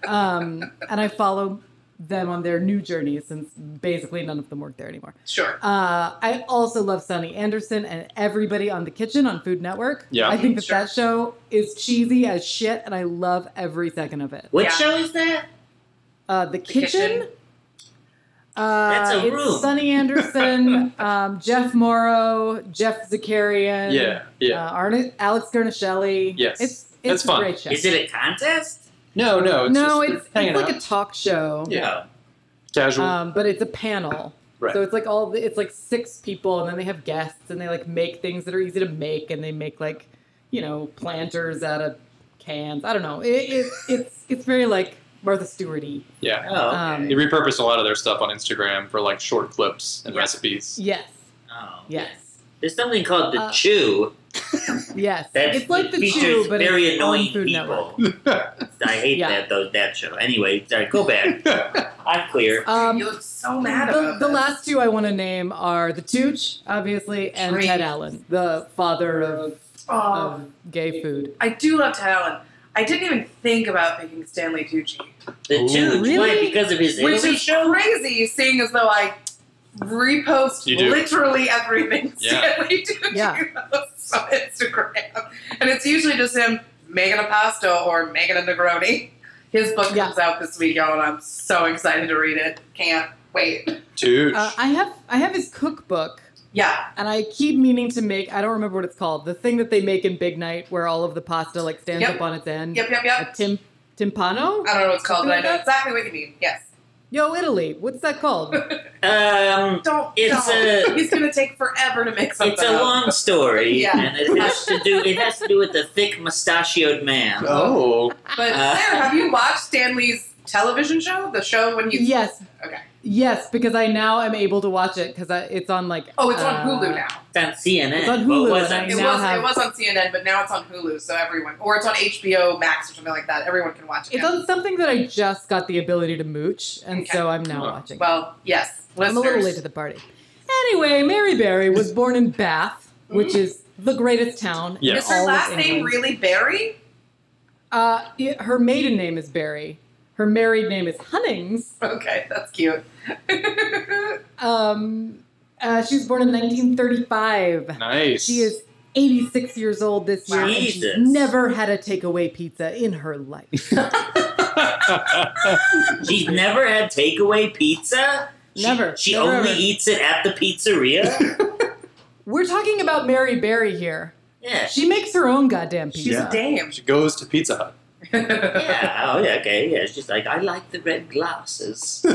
[SPEAKER 4] um, and I follow them on their new journey since basically none of them work there anymore.
[SPEAKER 2] sure.
[SPEAKER 4] Uh, I also love Sonny Anderson and everybody on the kitchen on Food Network.
[SPEAKER 3] Yeah.
[SPEAKER 4] I think that
[SPEAKER 2] Sure.
[SPEAKER 4] that show is cheesy as shit, and I love every second of it.
[SPEAKER 5] What
[SPEAKER 2] Yeah.
[SPEAKER 5] show is that?
[SPEAKER 4] uh, the, kitchen.
[SPEAKER 2] Kitchen.
[SPEAKER 4] Uh,
[SPEAKER 5] That's a
[SPEAKER 4] it's
[SPEAKER 5] room.
[SPEAKER 4] Sonny
[SPEAKER 5] <laughs>
[SPEAKER 4] Anderson, um, Jeff Morrow, Jeff Zakarian.
[SPEAKER 3] Yeah, yeah.
[SPEAKER 4] Uh, Arne- Alex Gernishelli.
[SPEAKER 3] Yes.
[SPEAKER 4] It's, it's
[SPEAKER 3] That's
[SPEAKER 4] a
[SPEAKER 3] fun.
[SPEAKER 4] great show.
[SPEAKER 5] Is it a contest?
[SPEAKER 3] no, no. It's
[SPEAKER 4] no,
[SPEAKER 3] just
[SPEAKER 4] it's, it's
[SPEAKER 3] hanging
[SPEAKER 4] like
[SPEAKER 3] out.
[SPEAKER 4] a talk show.
[SPEAKER 3] Yeah.
[SPEAKER 5] No.
[SPEAKER 3] casual.
[SPEAKER 4] Um, but it's a panel.
[SPEAKER 3] Right.
[SPEAKER 4] So it's like all the, it's like six people, and then they have guests, and they like make things that are easy to make, and they make like you know planters out of cans. I don't know. It, it, it's it's very like Martha Stewarty.
[SPEAKER 3] yeah.
[SPEAKER 5] Oh,
[SPEAKER 4] Um,
[SPEAKER 3] They
[SPEAKER 5] okay.
[SPEAKER 3] repurpose a lot of their stuff on Instagram for like short clips and
[SPEAKER 5] Yeah.
[SPEAKER 3] recipes.
[SPEAKER 4] Yes,
[SPEAKER 5] oh.
[SPEAKER 4] yes,
[SPEAKER 5] There's something called the
[SPEAKER 4] Uh,
[SPEAKER 5] Chew.
[SPEAKER 4] yes.
[SPEAKER 5] That
[SPEAKER 4] it's like the
[SPEAKER 5] features
[SPEAKER 4] Chew, but
[SPEAKER 5] very
[SPEAKER 4] it's
[SPEAKER 5] annoying
[SPEAKER 4] on Food Network.
[SPEAKER 5] people. <laughs> I hate
[SPEAKER 4] Yeah.
[SPEAKER 5] that though that show. Anyway, sorry, go back.
[SPEAKER 4] <laughs>
[SPEAKER 5] I'm clear.
[SPEAKER 4] Um,
[SPEAKER 2] you look so mad
[SPEAKER 4] the,
[SPEAKER 2] about
[SPEAKER 4] the
[SPEAKER 2] this.
[SPEAKER 4] last two I want to name are the Tooch, obviously, and
[SPEAKER 2] Great.
[SPEAKER 4] Ted Allen, the father of,
[SPEAKER 2] Oh,
[SPEAKER 4] of gay food.
[SPEAKER 2] I do love Ted Allen. I didn't even think about picking Stanley Tucci,
[SPEAKER 5] The
[SPEAKER 3] Ooh.
[SPEAKER 5] Chew. Why?
[SPEAKER 4] Really?
[SPEAKER 5] Because of his
[SPEAKER 2] which
[SPEAKER 5] Italy
[SPEAKER 2] is
[SPEAKER 5] show?
[SPEAKER 2] crazy, seeing as though I repost
[SPEAKER 3] You do.
[SPEAKER 2] literally everything
[SPEAKER 3] Yeah.
[SPEAKER 2] Stanley Tucci
[SPEAKER 4] Yeah.
[SPEAKER 2] posts on Instagram, and it's usually just him making a pasta or making a Negroni. His book
[SPEAKER 4] Yeah.
[SPEAKER 2] comes out this week, y'all, and I'm so excited to read it. Can't wait.
[SPEAKER 3] Dude.
[SPEAKER 4] Uh, I have I have his cookbook.
[SPEAKER 2] Yeah,
[SPEAKER 4] And I keep meaning to make, I don't remember what it's called, the thing that they make in Big Night where all of the pasta like stands
[SPEAKER 2] Yep.
[SPEAKER 4] up on its end.
[SPEAKER 2] yep, yep,
[SPEAKER 4] A
[SPEAKER 2] yep.
[SPEAKER 4] tim- timpano?
[SPEAKER 2] I don't know what it's called, but I know
[SPEAKER 4] Something like
[SPEAKER 2] exactly what you mean. Yes. <laughs>
[SPEAKER 4] Yo, Italy, what's that called?
[SPEAKER 5] Um,
[SPEAKER 2] Don't.
[SPEAKER 5] It's
[SPEAKER 2] don't.
[SPEAKER 5] a-
[SPEAKER 2] He's gonna take forever to make something.
[SPEAKER 5] it's a
[SPEAKER 2] up.
[SPEAKER 5] long story,
[SPEAKER 2] Yeah.
[SPEAKER 5] and it has to do. It has to do with the thick
[SPEAKER 4] <laughs>
[SPEAKER 5] mustachioed man.
[SPEAKER 3] oh.
[SPEAKER 2] But
[SPEAKER 5] Uh.
[SPEAKER 2] Sarah, have you watched Stanley's television show? The show when you
[SPEAKER 4] yes.
[SPEAKER 2] Okay.
[SPEAKER 4] Yes, because I now am able to watch it because it's on like.
[SPEAKER 2] Oh, it's
[SPEAKER 4] uh,
[SPEAKER 2] on Hulu now.
[SPEAKER 5] It's on CNN.
[SPEAKER 4] It's on
[SPEAKER 5] What
[SPEAKER 4] Hulu,
[SPEAKER 5] was
[SPEAKER 4] and I
[SPEAKER 2] It
[SPEAKER 4] now
[SPEAKER 2] was
[SPEAKER 4] have-
[SPEAKER 2] it was on CNN, but now it's on Hulu, so everyone or it's on HBO Max or something like that. Everyone can watch it.
[SPEAKER 4] It's
[SPEAKER 2] now.
[SPEAKER 4] on something that I just got the ability to mooch, and so I'm now
[SPEAKER 3] Oh.
[SPEAKER 4] watching.
[SPEAKER 2] well, yes.
[SPEAKER 4] I'm a little
[SPEAKER 2] listeners.
[SPEAKER 4] late to the party. Anyway, Mary Berry was born in Bath, which
[SPEAKER 2] Mm.
[SPEAKER 4] is the greatest town.
[SPEAKER 3] Yeah.
[SPEAKER 4] in
[SPEAKER 2] Is her
[SPEAKER 4] all of
[SPEAKER 2] last name
[SPEAKER 4] England.
[SPEAKER 2] really Barry?
[SPEAKER 4] Uh, it- her maiden name is Barry. Her married name is Hunnings.
[SPEAKER 2] Okay, that's cute. <laughs>
[SPEAKER 4] Um, uh, she was born in 1935.
[SPEAKER 3] Nice.
[SPEAKER 4] She is 86 years old this year,
[SPEAKER 5] Jesus.
[SPEAKER 4] and she's never had a takeaway pizza in her life.
[SPEAKER 5] She's never had takeaway pizza. She-
[SPEAKER 4] Never.
[SPEAKER 5] She,
[SPEAKER 4] Never,
[SPEAKER 5] only
[SPEAKER 4] ever.
[SPEAKER 5] eats it at the pizzeria.
[SPEAKER 4] <laughs> We're talking about Mary Berry here.
[SPEAKER 5] yeah.
[SPEAKER 4] She makes her own goddamn
[SPEAKER 2] She's
[SPEAKER 4] pizza.
[SPEAKER 3] Yeah.
[SPEAKER 2] a dame.
[SPEAKER 3] <laughs> she goes to Pizza Hut.
[SPEAKER 5] Yeah. Oh, yeah. Okay. Yeah. She's like, I like the
[SPEAKER 4] <laughs>
[SPEAKER 5] red glasses.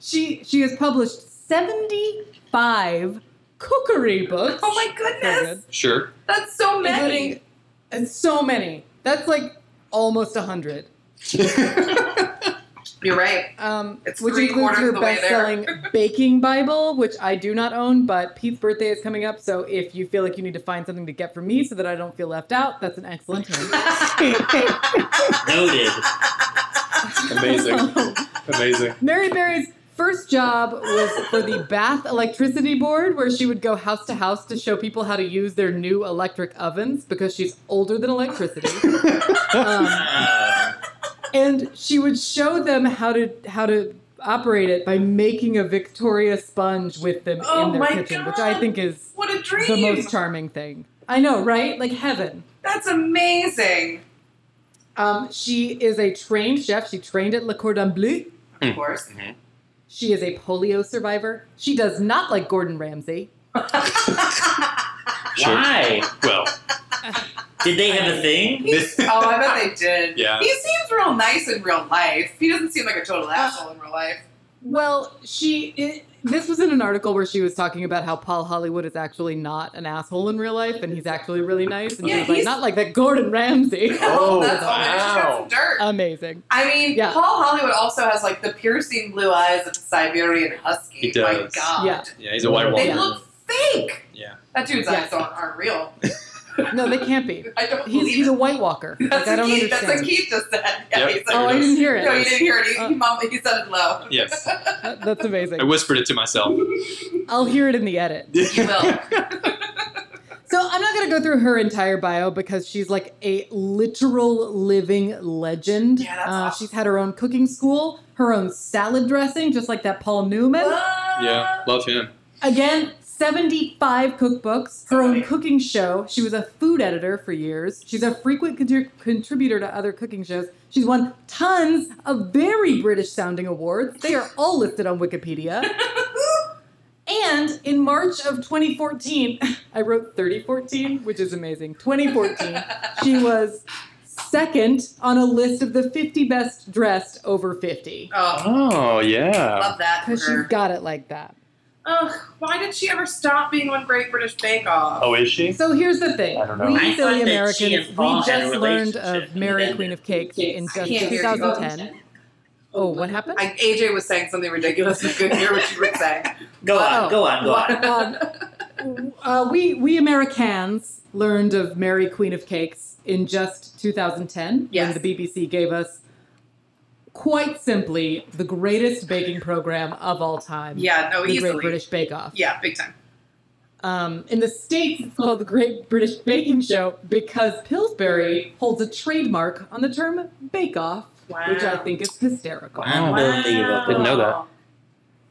[SPEAKER 4] She she has published 75 cookery books.
[SPEAKER 2] <laughs> oh my
[SPEAKER 4] So
[SPEAKER 2] goodness,
[SPEAKER 4] good.
[SPEAKER 3] Sure.
[SPEAKER 2] that's so many.
[SPEAKER 4] Including and so many. That's like almost a
[SPEAKER 2] <laughs>
[SPEAKER 4] hundred.
[SPEAKER 2] You're right.
[SPEAKER 4] um,
[SPEAKER 2] It's
[SPEAKER 4] which
[SPEAKER 2] three
[SPEAKER 4] includes
[SPEAKER 2] quarters
[SPEAKER 4] her
[SPEAKER 2] of the way
[SPEAKER 4] best-selling
[SPEAKER 2] <laughs>
[SPEAKER 4] baking Bible, which I do not own, but Pete's birthday is coming up, so if you feel like you need to find something to get for me so that I don't feel left out, that's an
[SPEAKER 2] <laughs>
[SPEAKER 4] excellent hint.
[SPEAKER 5] Noted.
[SPEAKER 3] Amazing. <laughs>
[SPEAKER 4] <laughs>
[SPEAKER 3] Amazing.
[SPEAKER 4] Mary Berry's first job was for the Bath Electricity Board, where she would go house to house to show people how to use their new electric ovens because she's older than electricity.
[SPEAKER 2] <laughs>
[SPEAKER 4] um,
[SPEAKER 5] Uh,
[SPEAKER 4] and she would show them how to how to operate it by making a Victoria sponge with them
[SPEAKER 2] Oh
[SPEAKER 4] in their
[SPEAKER 2] my
[SPEAKER 4] kitchen, which I
[SPEAKER 2] God.
[SPEAKER 4] think is
[SPEAKER 2] What a
[SPEAKER 4] the
[SPEAKER 2] dream!
[SPEAKER 4] most charming thing. I know, right? Like heaven.
[SPEAKER 2] that's amazing.
[SPEAKER 4] Um, she is a trained chef. She trained at Le Cordon Bleu.
[SPEAKER 2] Of course.
[SPEAKER 4] She is a polio survivor. She does not like Gordon Ramsay.
[SPEAKER 3] Sure.
[SPEAKER 5] Why?
[SPEAKER 3] Well,
[SPEAKER 5] Did they have a thing?
[SPEAKER 2] He's- <laughs> oh, I bet they
[SPEAKER 3] <laughs>
[SPEAKER 2] did.
[SPEAKER 3] Yeah.
[SPEAKER 2] He seems real nice in real life. He doesn't seem like a total asshole in
[SPEAKER 4] <laughs>
[SPEAKER 2] real life. <laughs>
[SPEAKER 4] Well, she. It, this was in an article where she was talking about how Paul Hollywood is actually not an asshole in real life, and he's actually really nice. And
[SPEAKER 2] Yeah,
[SPEAKER 4] she was like,
[SPEAKER 2] he's-
[SPEAKER 4] not like that Gordon
[SPEAKER 2] <laughs>
[SPEAKER 4] Ramsay.
[SPEAKER 3] Oh,
[SPEAKER 2] that's all they just got
[SPEAKER 3] wow.
[SPEAKER 2] some dirt.
[SPEAKER 4] Amazing.
[SPEAKER 2] I mean,
[SPEAKER 4] yeah.
[SPEAKER 2] Paul Hollywood also has like the piercing blue eyes of a Siberian husky.
[SPEAKER 3] He
[SPEAKER 2] My
[SPEAKER 3] does.
[SPEAKER 2] God.
[SPEAKER 4] Yeah.
[SPEAKER 3] yeah, he's a white
[SPEAKER 2] They
[SPEAKER 4] Yeah.
[SPEAKER 3] walker.
[SPEAKER 2] look fake.
[SPEAKER 3] Yeah.
[SPEAKER 2] That dude's
[SPEAKER 4] Yeah.
[SPEAKER 2] eyes aren't, aren't real. <laughs>
[SPEAKER 4] No, they can't be.
[SPEAKER 2] I don't
[SPEAKER 4] He's,
[SPEAKER 2] believe
[SPEAKER 4] he's
[SPEAKER 2] it.
[SPEAKER 4] a White Walker. <laughs> Like,
[SPEAKER 2] That's
[SPEAKER 4] I
[SPEAKER 2] what
[SPEAKER 4] don't
[SPEAKER 2] Keith,
[SPEAKER 4] understand.
[SPEAKER 2] That's what Keith just said. <laughs> Yeah,
[SPEAKER 3] Yep.
[SPEAKER 2] he's
[SPEAKER 4] oh,
[SPEAKER 2] like,
[SPEAKER 4] I didn't hear it.
[SPEAKER 2] no, you didn't hear it. He,
[SPEAKER 4] Uh,
[SPEAKER 2] he, mumbled- he said it low. <laughs>
[SPEAKER 3] Yes.
[SPEAKER 4] Uh, That's
[SPEAKER 3] I
[SPEAKER 4] amazing.
[SPEAKER 3] whispered it to myself.
[SPEAKER 4] I'll hear it in the edit.
[SPEAKER 2] You will.
[SPEAKER 3] <laughs>
[SPEAKER 4] So I'm not going to go through her entire bio because she's like a literal living legend.
[SPEAKER 2] Yeah, that's
[SPEAKER 4] uh,
[SPEAKER 2] awesome.
[SPEAKER 4] She's had her own cooking school, her own salad dressing, just like that Paul Newman.
[SPEAKER 2] What?
[SPEAKER 3] yeah, love him.
[SPEAKER 4] Again, 75 cookbooks, her own cooking show. She was a food editor for years. She's a frequent contri- contributor to other cooking shows. She's won tons of very British sounding awards. They are all listed on Wikipedia. And in March of 2014, <laughs> I wrote 3014, which is amazing. 2014, she was second on a list of the 50 best dressed over 50.
[SPEAKER 2] Oh,
[SPEAKER 3] Oh yeah.
[SPEAKER 2] love that. for
[SPEAKER 4] Because
[SPEAKER 2] her.
[SPEAKER 4] she's got it like that.
[SPEAKER 2] Ugh, why did she ever stop being on Great British Bake Off?
[SPEAKER 3] Oh, is she?
[SPEAKER 4] So here's the thing.
[SPEAKER 3] I don't know.
[SPEAKER 5] I
[SPEAKER 4] We
[SPEAKER 5] thought
[SPEAKER 4] silly
[SPEAKER 5] that she
[SPEAKER 4] Americans,
[SPEAKER 5] and Paul
[SPEAKER 4] we
[SPEAKER 5] had a
[SPEAKER 4] just learned
[SPEAKER 5] relationship
[SPEAKER 4] of Mary
[SPEAKER 5] and
[SPEAKER 4] Queen
[SPEAKER 5] then-
[SPEAKER 4] of Cakes in
[SPEAKER 2] I
[SPEAKER 4] just
[SPEAKER 2] can't hear you.
[SPEAKER 4] 2010. Oh, what happened?
[SPEAKER 2] I, AJ was saying something ridiculous. I couldn't hear what you were
[SPEAKER 4] <laughs>
[SPEAKER 2] saying.
[SPEAKER 5] Go on,
[SPEAKER 4] Oh.
[SPEAKER 5] go on, go on.
[SPEAKER 4] Um, uh, we we Americans learned of Mary Queen of Cakes in just 2010
[SPEAKER 2] Yes.
[SPEAKER 4] when the BBC gave us quite simply the greatest baking program of all time.
[SPEAKER 2] Yeah, no,
[SPEAKER 4] Um, the
[SPEAKER 2] easily.
[SPEAKER 4] Great British Bake Off.
[SPEAKER 2] yeah, big time.
[SPEAKER 4] Um, in the States, it's called the Great British Baking Show because Pillsbury holds a trademark on the term bake off, which I
[SPEAKER 2] Wow.
[SPEAKER 4] think is hysterical.
[SPEAKER 3] Wow.
[SPEAKER 5] Unbelievable.
[SPEAKER 3] Didn't know that.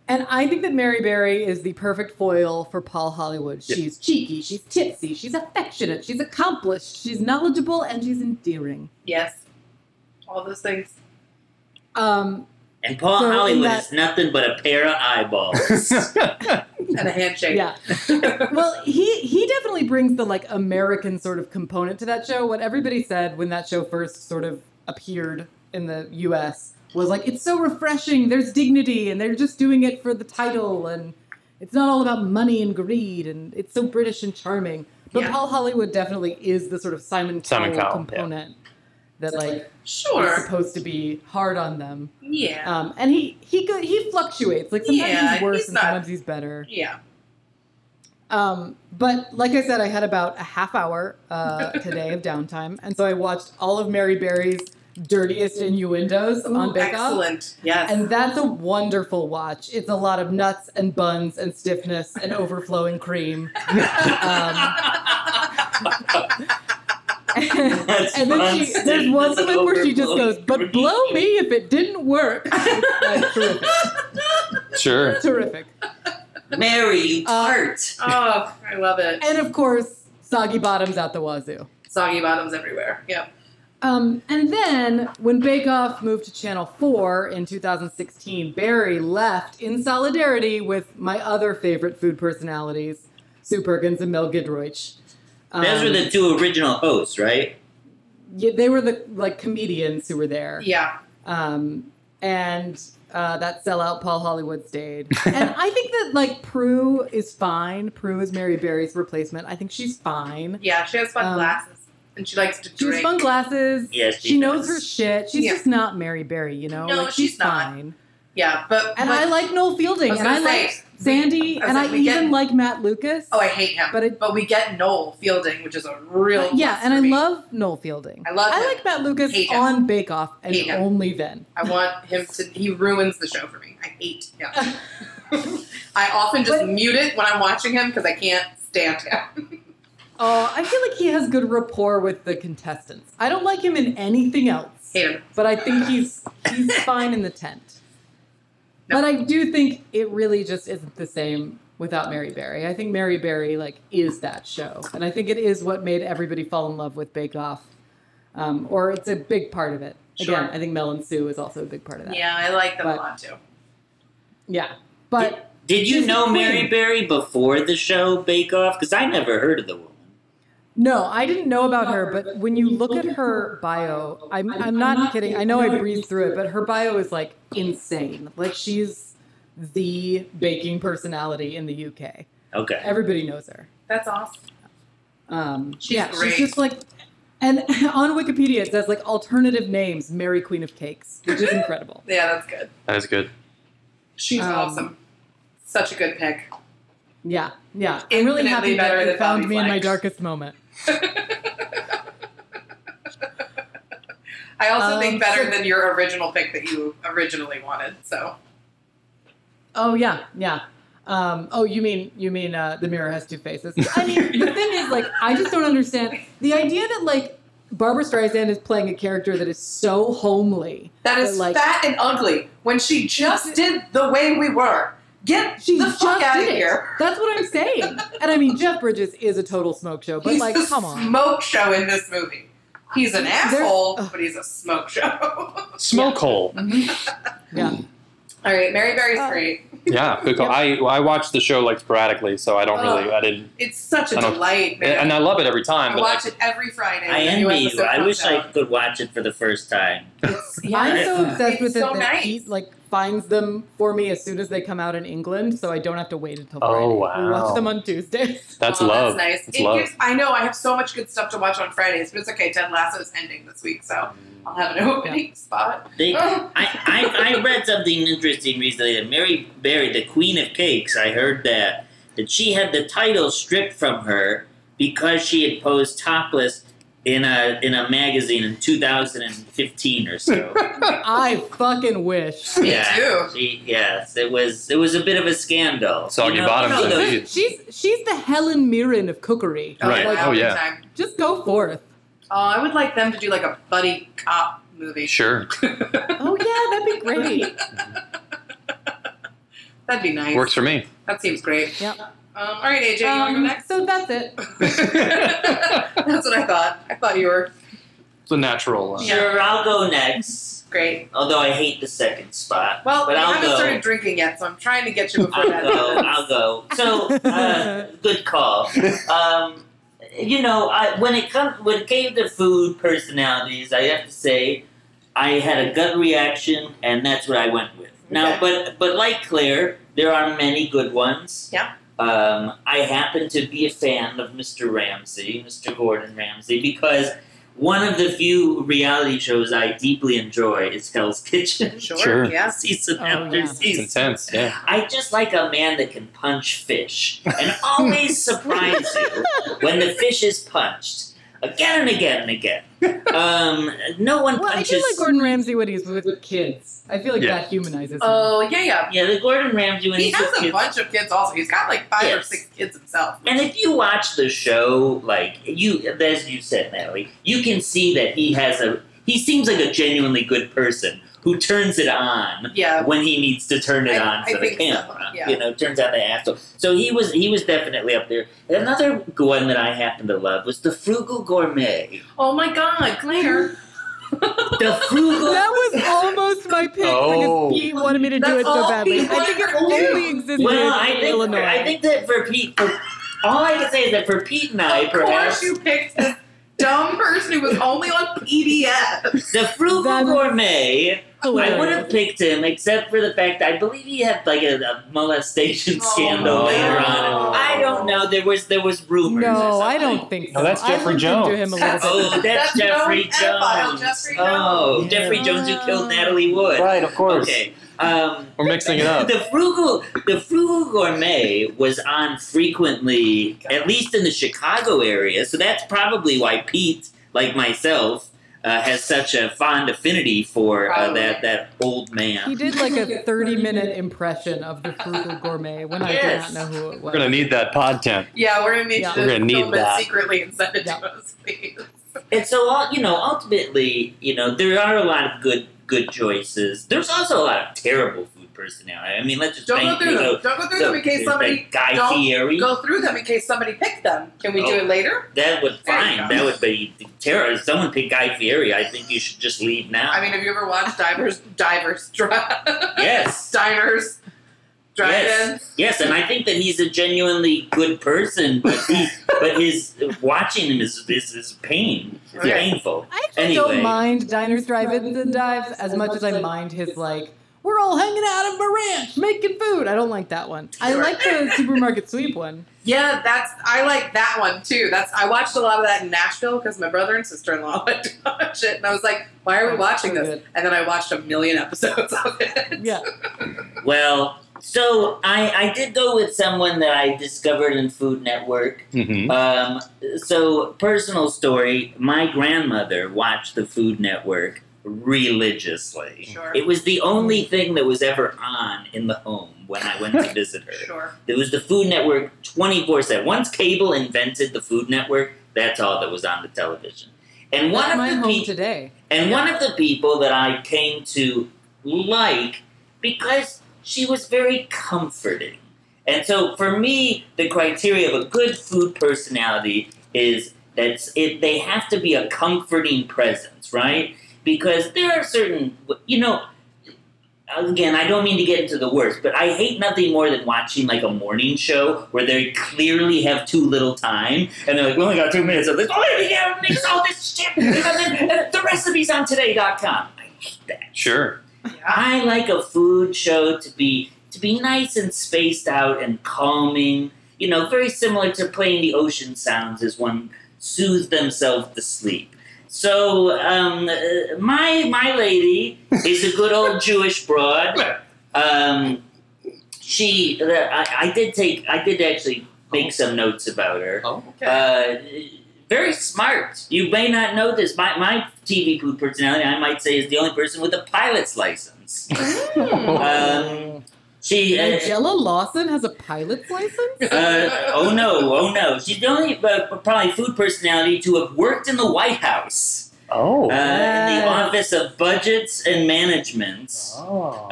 [SPEAKER 4] And I think that Mary Berry is the perfect foil for Paul Hollywood.
[SPEAKER 3] Yeah.
[SPEAKER 4] She's cheeky, she's tipsy, she's affectionate, she's accomplished, she's knowledgeable, and she's endearing.
[SPEAKER 2] Yes, all those things.
[SPEAKER 4] Um,
[SPEAKER 5] And Paul
[SPEAKER 4] So in
[SPEAKER 5] Hollywood
[SPEAKER 4] that-
[SPEAKER 5] is nothing but a pair of eyeballs.
[SPEAKER 4] <laughs>
[SPEAKER 2] And a handshake.
[SPEAKER 4] yeah. well, he he definitely brings the like American sort of component to that show. What everybody said when that show first sort of appeared in the U.S. was like, it's so refreshing. There's dignity, and they're just doing it for the title, and it's not all about money and greed, and it's so British and charming. But
[SPEAKER 2] Yeah.
[SPEAKER 4] Paul Hollywood definitely is the sort of Simon,
[SPEAKER 3] Simon
[SPEAKER 4] Cowell
[SPEAKER 3] Cowell, yeah.
[SPEAKER 4] component that like is
[SPEAKER 2] <laughs> Sure.
[SPEAKER 4] supposed to be hard on them.
[SPEAKER 2] Yeah.
[SPEAKER 4] Um, and he he go, he fluctuates. Like sometimes
[SPEAKER 2] Yeah,
[SPEAKER 4] he's worse,
[SPEAKER 2] he's
[SPEAKER 4] and
[SPEAKER 2] not-
[SPEAKER 4] sometimes he's better.
[SPEAKER 2] yeah.
[SPEAKER 4] Um, but like I said, I had about a half hour uh, today of downtime, and so I watched all of Mary Berry's dirtiest innuendos on Bake Off,
[SPEAKER 2] Excellent. Yes. <laughs>
[SPEAKER 4] and that's a wonderful watch. It's a lot of nuts and buns and stiffness and overflowing cream. Um, and,
[SPEAKER 5] That's
[SPEAKER 4] then
[SPEAKER 5] fun.
[SPEAKER 4] she, there's one
[SPEAKER 5] That's
[SPEAKER 4] clip where she just goes,
[SPEAKER 5] overflowing
[SPEAKER 4] "But
[SPEAKER 5] cream."
[SPEAKER 4] blow me if it didn't work." Like, terrific,
[SPEAKER 3] <laughs> sure.
[SPEAKER 4] terrific.
[SPEAKER 5] Mary, you
[SPEAKER 4] Uh,
[SPEAKER 5] tart.
[SPEAKER 2] oh, I love it.
[SPEAKER 4] And of course, soggy bottoms out the wazoo.
[SPEAKER 2] Soggy bottoms everywhere. Yep.
[SPEAKER 4] Um, and then when Bake Off moved to Channel 4 in 2016, Barry left in solidarity with my other favorite food personalities, Sue Perkins and Mel Giedroyc. Um,
[SPEAKER 5] Those were the two original hosts, right?
[SPEAKER 4] yeah, they were the like comedians who were there.
[SPEAKER 2] Yeah.
[SPEAKER 4] Um, and uh, that sellout Paul Hollywood stayed.
[SPEAKER 5] <laughs>
[SPEAKER 4] and I think that like Prue is fine. Prue is Mary Berry's replacement. I think she's fine.
[SPEAKER 2] Yeah. She has fun
[SPEAKER 4] Um,
[SPEAKER 2] glasses, and she likes to
[SPEAKER 4] She
[SPEAKER 2] drink.
[SPEAKER 4] has fun glasses.
[SPEAKER 5] Yes, she
[SPEAKER 4] she knows
[SPEAKER 5] does.
[SPEAKER 4] her shit. She's
[SPEAKER 2] Yeah.
[SPEAKER 4] just not Mary Berry, you know.
[SPEAKER 2] No,
[SPEAKER 4] like
[SPEAKER 2] she's
[SPEAKER 4] she's,
[SPEAKER 2] not.
[SPEAKER 4] fine.
[SPEAKER 2] yeah, but
[SPEAKER 4] And
[SPEAKER 2] but-
[SPEAKER 4] I like Noel Fielding,
[SPEAKER 2] I was
[SPEAKER 4] and
[SPEAKER 2] gonna
[SPEAKER 4] I
[SPEAKER 2] say,
[SPEAKER 4] like Sandy,
[SPEAKER 2] I was
[SPEAKER 4] and I
[SPEAKER 2] like, we
[SPEAKER 4] even
[SPEAKER 2] get-
[SPEAKER 4] like Matt Lucas.
[SPEAKER 2] Oh, I hate him.
[SPEAKER 4] But
[SPEAKER 2] But,
[SPEAKER 4] it-
[SPEAKER 2] we get Noel Fielding, which is a real
[SPEAKER 4] But yeah,
[SPEAKER 2] plus
[SPEAKER 4] and
[SPEAKER 2] for
[SPEAKER 4] I
[SPEAKER 2] me.
[SPEAKER 4] love Noel Fielding.
[SPEAKER 2] I love
[SPEAKER 4] I
[SPEAKER 2] him.
[SPEAKER 4] like Matt Lucas
[SPEAKER 2] Hate him.
[SPEAKER 4] on Bake Off, and
[SPEAKER 2] Hate him.
[SPEAKER 4] only then.
[SPEAKER 2] I want him to. He ruins the show for me. I hate him.
[SPEAKER 4] <laughs>
[SPEAKER 2] I often just
[SPEAKER 4] But-
[SPEAKER 2] mute it when I'm watching him because I can't stand him. <laughs>
[SPEAKER 4] Oh, I feel like he has good rapport with the contestants. I don't like him in anything else,
[SPEAKER 2] Hate him.
[SPEAKER 4] but I think he's <laughs> he's fine in the tent. But I do think it really just isn't the same without Mary Berry. I think Mary Berry like is that show, and I think it is what made everybody fall in love with Bake Off, um, or it's a big part of it. Again,
[SPEAKER 2] Sure.
[SPEAKER 4] I think Mel and Sue is also a big part of that.
[SPEAKER 2] Yeah, I like them
[SPEAKER 4] But-
[SPEAKER 2] a lot too.
[SPEAKER 4] yeah. But
[SPEAKER 5] Did you
[SPEAKER 4] She's
[SPEAKER 5] know
[SPEAKER 4] the
[SPEAKER 5] Mary
[SPEAKER 4] queen.
[SPEAKER 5] Berry before the show Bake Off? Because I never heard of the woman.
[SPEAKER 4] no, I didn't know about her. But when you look at her bio, I'm I'm not kidding. I know I breezed through it, but her bio is like insane. Like she's the baking personality in the UK.
[SPEAKER 5] Okay.
[SPEAKER 4] Everybody knows her.
[SPEAKER 2] That's awesome.
[SPEAKER 4] Um,
[SPEAKER 2] She's
[SPEAKER 4] yeah,
[SPEAKER 2] great.
[SPEAKER 4] she's just like, and <laughs> on Wikipedia it says like alternative names, Mary Queen of Cakes, which is incredible.
[SPEAKER 2] Yeah, that's good.
[SPEAKER 3] That is good.
[SPEAKER 2] <laughs> She's
[SPEAKER 4] Um,
[SPEAKER 2] awesome. Such a good pick.
[SPEAKER 4] Yeah, yeah. I'm really
[SPEAKER 2] Infinitely
[SPEAKER 4] happy
[SPEAKER 2] better
[SPEAKER 4] that you
[SPEAKER 2] than
[SPEAKER 4] found
[SPEAKER 2] Bobby
[SPEAKER 4] me in my
[SPEAKER 2] Flay.
[SPEAKER 4] darkest moment.
[SPEAKER 2] I also
[SPEAKER 4] Um,
[SPEAKER 2] think better
[SPEAKER 4] so-
[SPEAKER 2] than your original pick that you originally wanted. So
[SPEAKER 4] Oh yeah, yeah. Um, oh, you mean you mean uh, the mirror has two faces? I mean,
[SPEAKER 2] <laughs>
[SPEAKER 4] the thing is, like, I just don't understand the idea that like Barbara Streisand is playing a character that is so homely.
[SPEAKER 2] that is
[SPEAKER 4] But, like-
[SPEAKER 2] fat and ugly. When she just did the way we were, Get
[SPEAKER 4] She
[SPEAKER 2] the
[SPEAKER 4] just
[SPEAKER 2] fuck out of
[SPEAKER 4] did it.
[SPEAKER 2] here.
[SPEAKER 4] That's what I'm saying. and I mean, Jeff Bridges is a total smoke show, <laughs> but
[SPEAKER 2] he's
[SPEAKER 4] like,
[SPEAKER 2] the
[SPEAKER 4] come on.
[SPEAKER 2] smoke show in this movie. He's an asshole,
[SPEAKER 4] ugh.
[SPEAKER 2] but he's a smoke show. <laughs> All
[SPEAKER 3] Smoke hole.
[SPEAKER 4] Yeah.
[SPEAKER 2] right, Mary Berry's
[SPEAKER 4] Uh,
[SPEAKER 2] great.
[SPEAKER 3] Yeah, good call. I I watch the show like sporadically, so I don't really. I didn't,
[SPEAKER 2] It's such a
[SPEAKER 3] I don't-
[SPEAKER 2] delight, Oh, man.
[SPEAKER 3] and I love it every
[SPEAKER 2] I
[SPEAKER 3] time. But
[SPEAKER 2] watch
[SPEAKER 3] like,
[SPEAKER 2] it every Friday.
[SPEAKER 5] I
[SPEAKER 2] when a new
[SPEAKER 5] envy you.
[SPEAKER 2] episode
[SPEAKER 5] I
[SPEAKER 2] comes
[SPEAKER 4] <laughs>
[SPEAKER 5] wish
[SPEAKER 2] out.
[SPEAKER 5] I could watch it for the first time. <laughs>
[SPEAKER 2] It's-
[SPEAKER 4] I'm so
[SPEAKER 5] Yeah.
[SPEAKER 4] obsessed
[SPEAKER 2] It's
[SPEAKER 4] with it
[SPEAKER 2] so
[SPEAKER 4] that
[SPEAKER 2] nice.
[SPEAKER 4] he like finds them for me as soon as they come out in England, so I don't have to wait until Friday.
[SPEAKER 3] Oh,
[SPEAKER 4] We
[SPEAKER 3] wow.
[SPEAKER 4] watch them on Tuesdays. <laughs>
[SPEAKER 3] that's
[SPEAKER 2] Oh,
[SPEAKER 3] love.
[SPEAKER 2] That's nice.
[SPEAKER 3] That's
[SPEAKER 2] it
[SPEAKER 3] love.
[SPEAKER 2] Gives, I know I have so much good stuff to watch on Fridays, but it's okay. Ted Lasso's ending this week, so I'll have an opening <laughs>
[SPEAKER 5] <laughs>
[SPEAKER 2] spot.
[SPEAKER 5] They,
[SPEAKER 2] Oh.
[SPEAKER 5] I, I, I read something interesting recently that Mary Berry, the Queen of Cakes, I heard that that she had the title stripped from her because she had posed topless in a in a magazine in 2015 or so.
[SPEAKER 4] I fucking wish.
[SPEAKER 5] yeah,
[SPEAKER 2] too.
[SPEAKER 5] She, yes, it was it was a bit of a scandal.
[SPEAKER 3] Soggy
[SPEAKER 5] you know,
[SPEAKER 3] bottoms,
[SPEAKER 5] you
[SPEAKER 3] I
[SPEAKER 5] know, those-
[SPEAKER 3] think.
[SPEAKER 4] She's she's the Helen Mirren of cookery.
[SPEAKER 2] Oh,
[SPEAKER 3] Right.
[SPEAKER 2] wow,
[SPEAKER 3] Oh,
[SPEAKER 2] good
[SPEAKER 3] yeah.
[SPEAKER 2] time.
[SPEAKER 4] Just go forth.
[SPEAKER 2] Oh, I would like them to do like a buddy cop movie. <laughs>
[SPEAKER 3] Sure,
[SPEAKER 4] Oh yeah, that'd be great.
[SPEAKER 2] That'd be nice.
[SPEAKER 3] works for me.
[SPEAKER 2] That seems great.
[SPEAKER 4] Yep.
[SPEAKER 2] Um, all right, AJ, you
[SPEAKER 4] Um,
[SPEAKER 2] want to
[SPEAKER 4] so <laughs> that's it.
[SPEAKER 2] go next? <laughs> That's what I thought. I thought you were
[SPEAKER 3] It's a natural. Uh,
[SPEAKER 2] Yeah.
[SPEAKER 5] Sure, I'll go next.
[SPEAKER 2] great.
[SPEAKER 5] Although I hate the second spot.
[SPEAKER 2] Well,
[SPEAKER 5] But
[SPEAKER 2] I
[SPEAKER 5] I'll
[SPEAKER 2] haven't
[SPEAKER 5] go.
[SPEAKER 2] started drinking yet, so I'm trying to get you before
[SPEAKER 5] I'll
[SPEAKER 2] that.
[SPEAKER 5] go. I'll go. So, uh,
[SPEAKER 4] <laughs>
[SPEAKER 5] good call. Um, you know, I, when it comes when it came to food personalities, I have to say, I had a gut reaction, and that's what I went with. Now,
[SPEAKER 2] Okay.
[SPEAKER 5] but but like Claire, there are many good ones.
[SPEAKER 2] Yeah.
[SPEAKER 5] Um, I happen to be a fan of Mr. Ramsey, Mr. Gordon Ramsay, because one of the few reality shows I deeply enjoy is Hell's Kitchen.
[SPEAKER 2] <laughs>
[SPEAKER 5] <laughs>
[SPEAKER 2] Sure.
[SPEAKER 3] Sure.
[SPEAKER 4] <laughs>
[SPEAKER 2] Yeah.
[SPEAKER 5] Season
[SPEAKER 4] Oh,
[SPEAKER 5] after
[SPEAKER 4] yeah.
[SPEAKER 3] It's
[SPEAKER 5] season.
[SPEAKER 3] intense. Yeah.
[SPEAKER 5] I just like a man that can punch fish and
[SPEAKER 2] <laughs>
[SPEAKER 5] always surprise you when the fish is punched again and again and again. Um, no one
[SPEAKER 4] Well, I
[SPEAKER 5] punches.
[SPEAKER 4] do like Gordon Ramsay when he's with kids. I feel like
[SPEAKER 3] Yeah.
[SPEAKER 4] that humanizes him.
[SPEAKER 2] Oh yeah, yeah.
[SPEAKER 5] yeah, the Gordon Ramsay when
[SPEAKER 2] He
[SPEAKER 5] he's
[SPEAKER 2] has
[SPEAKER 5] with
[SPEAKER 2] a
[SPEAKER 5] kids.
[SPEAKER 2] bunch of kids. Also, he's got like five or
[SPEAKER 5] Yes.
[SPEAKER 2] six kids himself.
[SPEAKER 5] And if you watch the show, like you, as you said, Natalie, you can see that he has a. He seems like a genuinely good person who turns it on
[SPEAKER 2] Yeah.
[SPEAKER 5] when he needs to turn it
[SPEAKER 2] Uh, I-
[SPEAKER 5] on
[SPEAKER 2] I
[SPEAKER 5] for the
[SPEAKER 2] think so,
[SPEAKER 5] camera.
[SPEAKER 2] yeah.
[SPEAKER 5] You know, turns out they have to. So he was he was definitely up there. And another one that I happen to love was the Frugal Gourmet.
[SPEAKER 2] Oh my God,
[SPEAKER 5] <laughs>
[SPEAKER 2] Claire.
[SPEAKER 5] The
[SPEAKER 2] <laughs>
[SPEAKER 5] Frugal.
[SPEAKER 4] That was almost my pick
[SPEAKER 3] Oh.
[SPEAKER 4] because he wanted me to do
[SPEAKER 2] That's
[SPEAKER 4] it so
[SPEAKER 2] all
[SPEAKER 4] badly.
[SPEAKER 2] he
[SPEAKER 4] I think it
[SPEAKER 2] wanted to do.
[SPEAKER 4] only existed
[SPEAKER 5] well, I
[SPEAKER 4] in
[SPEAKER 5] think
[SPEAKER 4] Illinois.
[SPEAKER 5] I think that for Pete, for, all I can say is that for Pete and I,
[SPEAKER 2] of
[SPEAKER 5] perhaps
[SPEAKER 2] course, you picked this dumb person who was only on PDF.
[SPEAKER 5] the Frugal
[SPEAKER 4] That-
[SPEAKER 5] Gourmet. I
[SPEAKER 4] Hilarious.
[SPEAKER 5] would have picked him, except for the fact I believe he had like a, a molestation
[SPEAKER 2] Oh,
[SPEAKER 5] scandal
[SPEAKER 3] no.
[SPEAKER 5] later on. I don't know. There was there was rumors. or
[SPEAKER 4] No,
[SPEAKER 5] something.
[SPEAKER 4] I don't think so.
[SPEAKER 3] No, that's
[SPEAKER 4] I
[SPEAKER 3] Jeffrey
[SPEAKER 4] looked into
[SPEAKER 3] Jones.
[SPEAKER 4] him a little bit.
[SPEAKER 5] Oh, <laughs> that's
[SPEAKER 2] That's
[SPEAKER 5] Jeffrey
[SPEAKER 2] Jones, pedophile
[SPEAKER 5] Jones.
[SPEAKER 2] Jeffrey
[SPEAKER 5] Oh,
[SPEAKER 4] Jones.
[SPEAKER 5] Jeffrey
[SPEAKER 4] Yeah.
[SPEAKER 5] Jones who killed Natalie Wood.
[SPEAKER 3] of
[SPEAKER 5] Okay. Um,
[SPEAKER 3] We're mixing it up.
[SPEAKER 5] the frugal, the frugal gourmet was on frequently, at least in the Chicago area. So that's probably why Pete, like myself, uh, has such a fond affinity for uh,
[SPEAKER 2] Probably.
[SPEAKER 5] that that old
[SPEAKER 4] He
[SPEAKER 5] man.
[SPEAKER 4] did
[SPEAKER 5] <laughs>
[SPEAKER 4] like a 30 minute impression of the frugal gourmet when I did
[SPEAKER 5] Yes.
[SPEAKER 4] not know who it was.
[SPEAKER 3] We're gonna need that pod tent.
[SPEAKER 2] Yeah, we're gonna need
[SPEAKER 4] Yeah.
[SPEAKER 2] you to
[SPEAKER 3] We're gonna need
[SPEAKER 2] film
[SPEAKER 3] that.
[SPEAKER 2] it secretly and send it
[SPEAKER 4] Yeah.
[SPEAKER 2] to us, please.
[SPEAKER 5] And so, uh, you know, ultimately, you know, there are a lot of good good choices. There's also a lot of terrible food personality. I mean, let's just
[SPEAKER 2] Don't go
[SPEAKER 5] bank,
[SPEAKER 2] through
[SPEAKER 5] you know,
[SPEAKER 2] them. Don't go through them in case
[SPEAKER 5] there's
[SPEAKER 2] somebody
[SPEAKER 5] that Guy
[SPEAKER 2] don't
[SPEAKER 5] Fieri.
[SPEAKER 2] go through them in case somebody picked them. Can we do
[SPEAKER 5] Oh.
[SPEAKER 2] it later?
[SPEAKER 5] That would
[SPEAKER 2] There you
[SPEAKER 5] fine.
[SPEAKER 2] go.
[SPEAKER 5] That would be terror. If someone picked Guy Fieri, I think you should just leave now.
[SPEAKER 2] I mean, <laughs> have you ever watched Divers, Divers, Dri-
[SPEAKER 5] yes,
[SPEAKER 2] Diners, Drive-ins?
[SPEAKER 5] yes, yes, and I think that he's a genuinely good person, but he, but his watching him is is, is pain. It's
[SPEAKER 2] Yeah.
[SPEAKER 5] painful.
[SPEAKER 4] I actually don't
[SPEAKER 5] Anyway.
[SPEAKER 4] mind diners, drive-ins, and dives as much as I mind his like. We're all hanging out at my ranch making food. I don't like that one. I
[SPEAKER 2] Sure.
[SPEAKER 4] like the supermarket sweep one.
[SPEAKER 2] Yeah, that's I like that one too. That's I watched a lot of that in Nashville because my brother and sister in <laughs> law liked to watch it, and I was like, "Why are we watching this?" And then I watched a million episodes of it.
[SPEAKER 4] Yeah.
[SPEAKER 5] Well, so I I did go with someone that I discovered in Food Network.
[SPEAKER 3] Mm-hmm.
[SPEAKER 5] Um, so personal story. My grandmother watched the Food Network religiously.
[SPEAKER 2] Sure,
[SPEAKER 5] It was the only thing that was ever on in the home when I went to visit her.
[SPEAKER 2] sure.
[SPEAKER 5] It was the Food Network 24 7. Once cable invented the Food Network, that's all that was on the television. And one
[SPEAKER 4] That's my
[SPEAKER 5] of the
[SPEAKER 4] home
[SPEAKER 5] people
[SPEAKER 4] today.
[SPEAKER 5] and one of the people that I came to like because she was very comforting. And so for me, the criteria of a good food personality is that it, they have to be a comforting presence, right? Because there are certain, you know, again, I don't mean to get into the worst, but I hate nothing more than watching like a morning show where they clearly have too little time and they're like, we only got two minutes. of this. oh, yeah, yeah, mix all this shit. And then uh, the recipe's on today.com. I hate that.
[SPEAKER 3] <laughs> Sure.
[SPEAKER 5] I like a food show to be to be nice and spaced out and calming. You know, very similar to playing the ocean sounds as one soothes themselves to sleep. So um, uh, my my lady is a good old Jewish broad. Um, she, I, I did take, I did actually make some notes about her.
[SPEAKER 3] Oh.
[SPEAKER 5] Uh, very smart. You may not know this. My, my TV food personality, I might say, is the only person with a pilot's license. Um, she. Uh,
[SPEAKER 4] Angela Lawson has a pilot's license?
[SPEAKER 5] <laughs> uh,
[SPEAKER 2] <laughs>
[SPEAKER 5] oh no! Oh no! She's the only uh, probably food personality to have worked in the White House,
[SPEAKER 3] Oh.
[SPEAKER 5] uh, in the
[SPEAKER 4] Yes.
[SPEAKER 5] Office of Budgets and Management.
[SPEAKER 3] oh.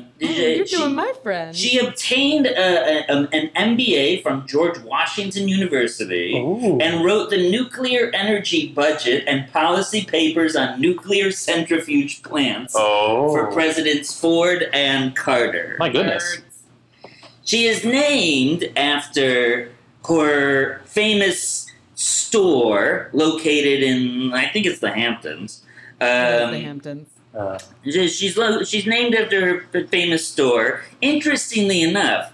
[SPEAKER 5] Um,
[SPEAKER 4] Oh, you're
[SPEAKER 5] she-
[SPEAKER 4] doing my friend.
[SPEAKER 5] she obtained a, a, um, an MBA from George Washington University
[SPEAKER 3] Ooh.
[SPEAKER 5] and wrote the nuclear energy budget and policy papers on nuclear centrifuge plants
[SPEAKER 3] oh.
[SPEAKER 5] for Presidents Ford and Carter.
[SPEAKER 3] My goodness.
[SPEAKER 5] She is named after her famous store located in, I think it's the Hamptons.
[SPEAKER 4] Yes, the
[SPEAKER 5] Um,
[SPEAKER 4] Hamptons.
[SPEAKER 3] Uh,
[SPEAKER 5] she- She's lo- she's named after her famous store. Interestingly enough,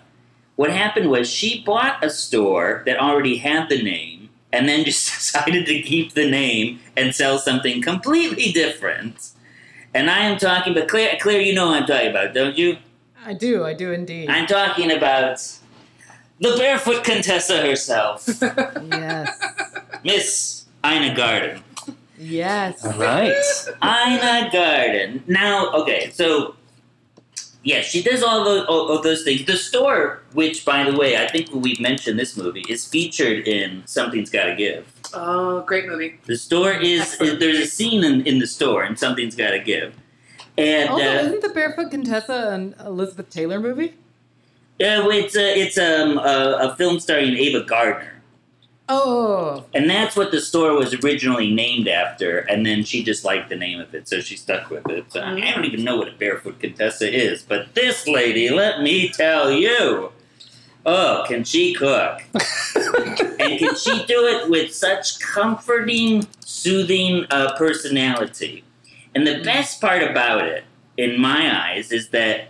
[SPEAKER 5] what happened was she bought a store that already had the name, and then <laughs> just decided to keep the name and sell something completely different. And I am talking, but Claire, Claire, you know what I'm talking about, don't you?
[SPEAKER 4] I do, I do indeed.
[SPEAKER 5] I'm talking about the barefoot Contessa herself, <laughs>
[SPEAKER 4] yes.
[SPEAKER 5] Miss Ina Garden.
[SPEAKER 4] Yes.
[SPEAKER 3] all right.
[SPEAKER 5] Ina Garden. Now, okay, so yeah, she does all those, all, all those things. The store, which by the way, I think we've mentioned this movie, is featured in Something's Gotta Give.
[SPEAKER 2] Oh, great movie.
[SPEAKER 5] The store is,
[SPEAKER 2] Excellent.
[SPEAKER 5] there's a scene in, in the store, and Something's Gotta Give. And
[SPEAKER 4] Also,
[SPEAKER 5] uh,
[SPEAKER 4] isn't the Barefoot Contessa an Elizabeth Taylor movie?
[SPEAKER 5] uh, it's a, it's um, a, a film starring Ava Gardner.
[SPEAKER 4] Oh,
[SPEAKER 5] And that's what the store was originally named after, and then she just liked the name of it, so she stuck with it. So I don't even know what a barefoot Contessa is, but this lady, let me tell you. Oh, can she cook? and can she do it with such comforting, soothing uh, personality? And the best part about it, in my eyes, is that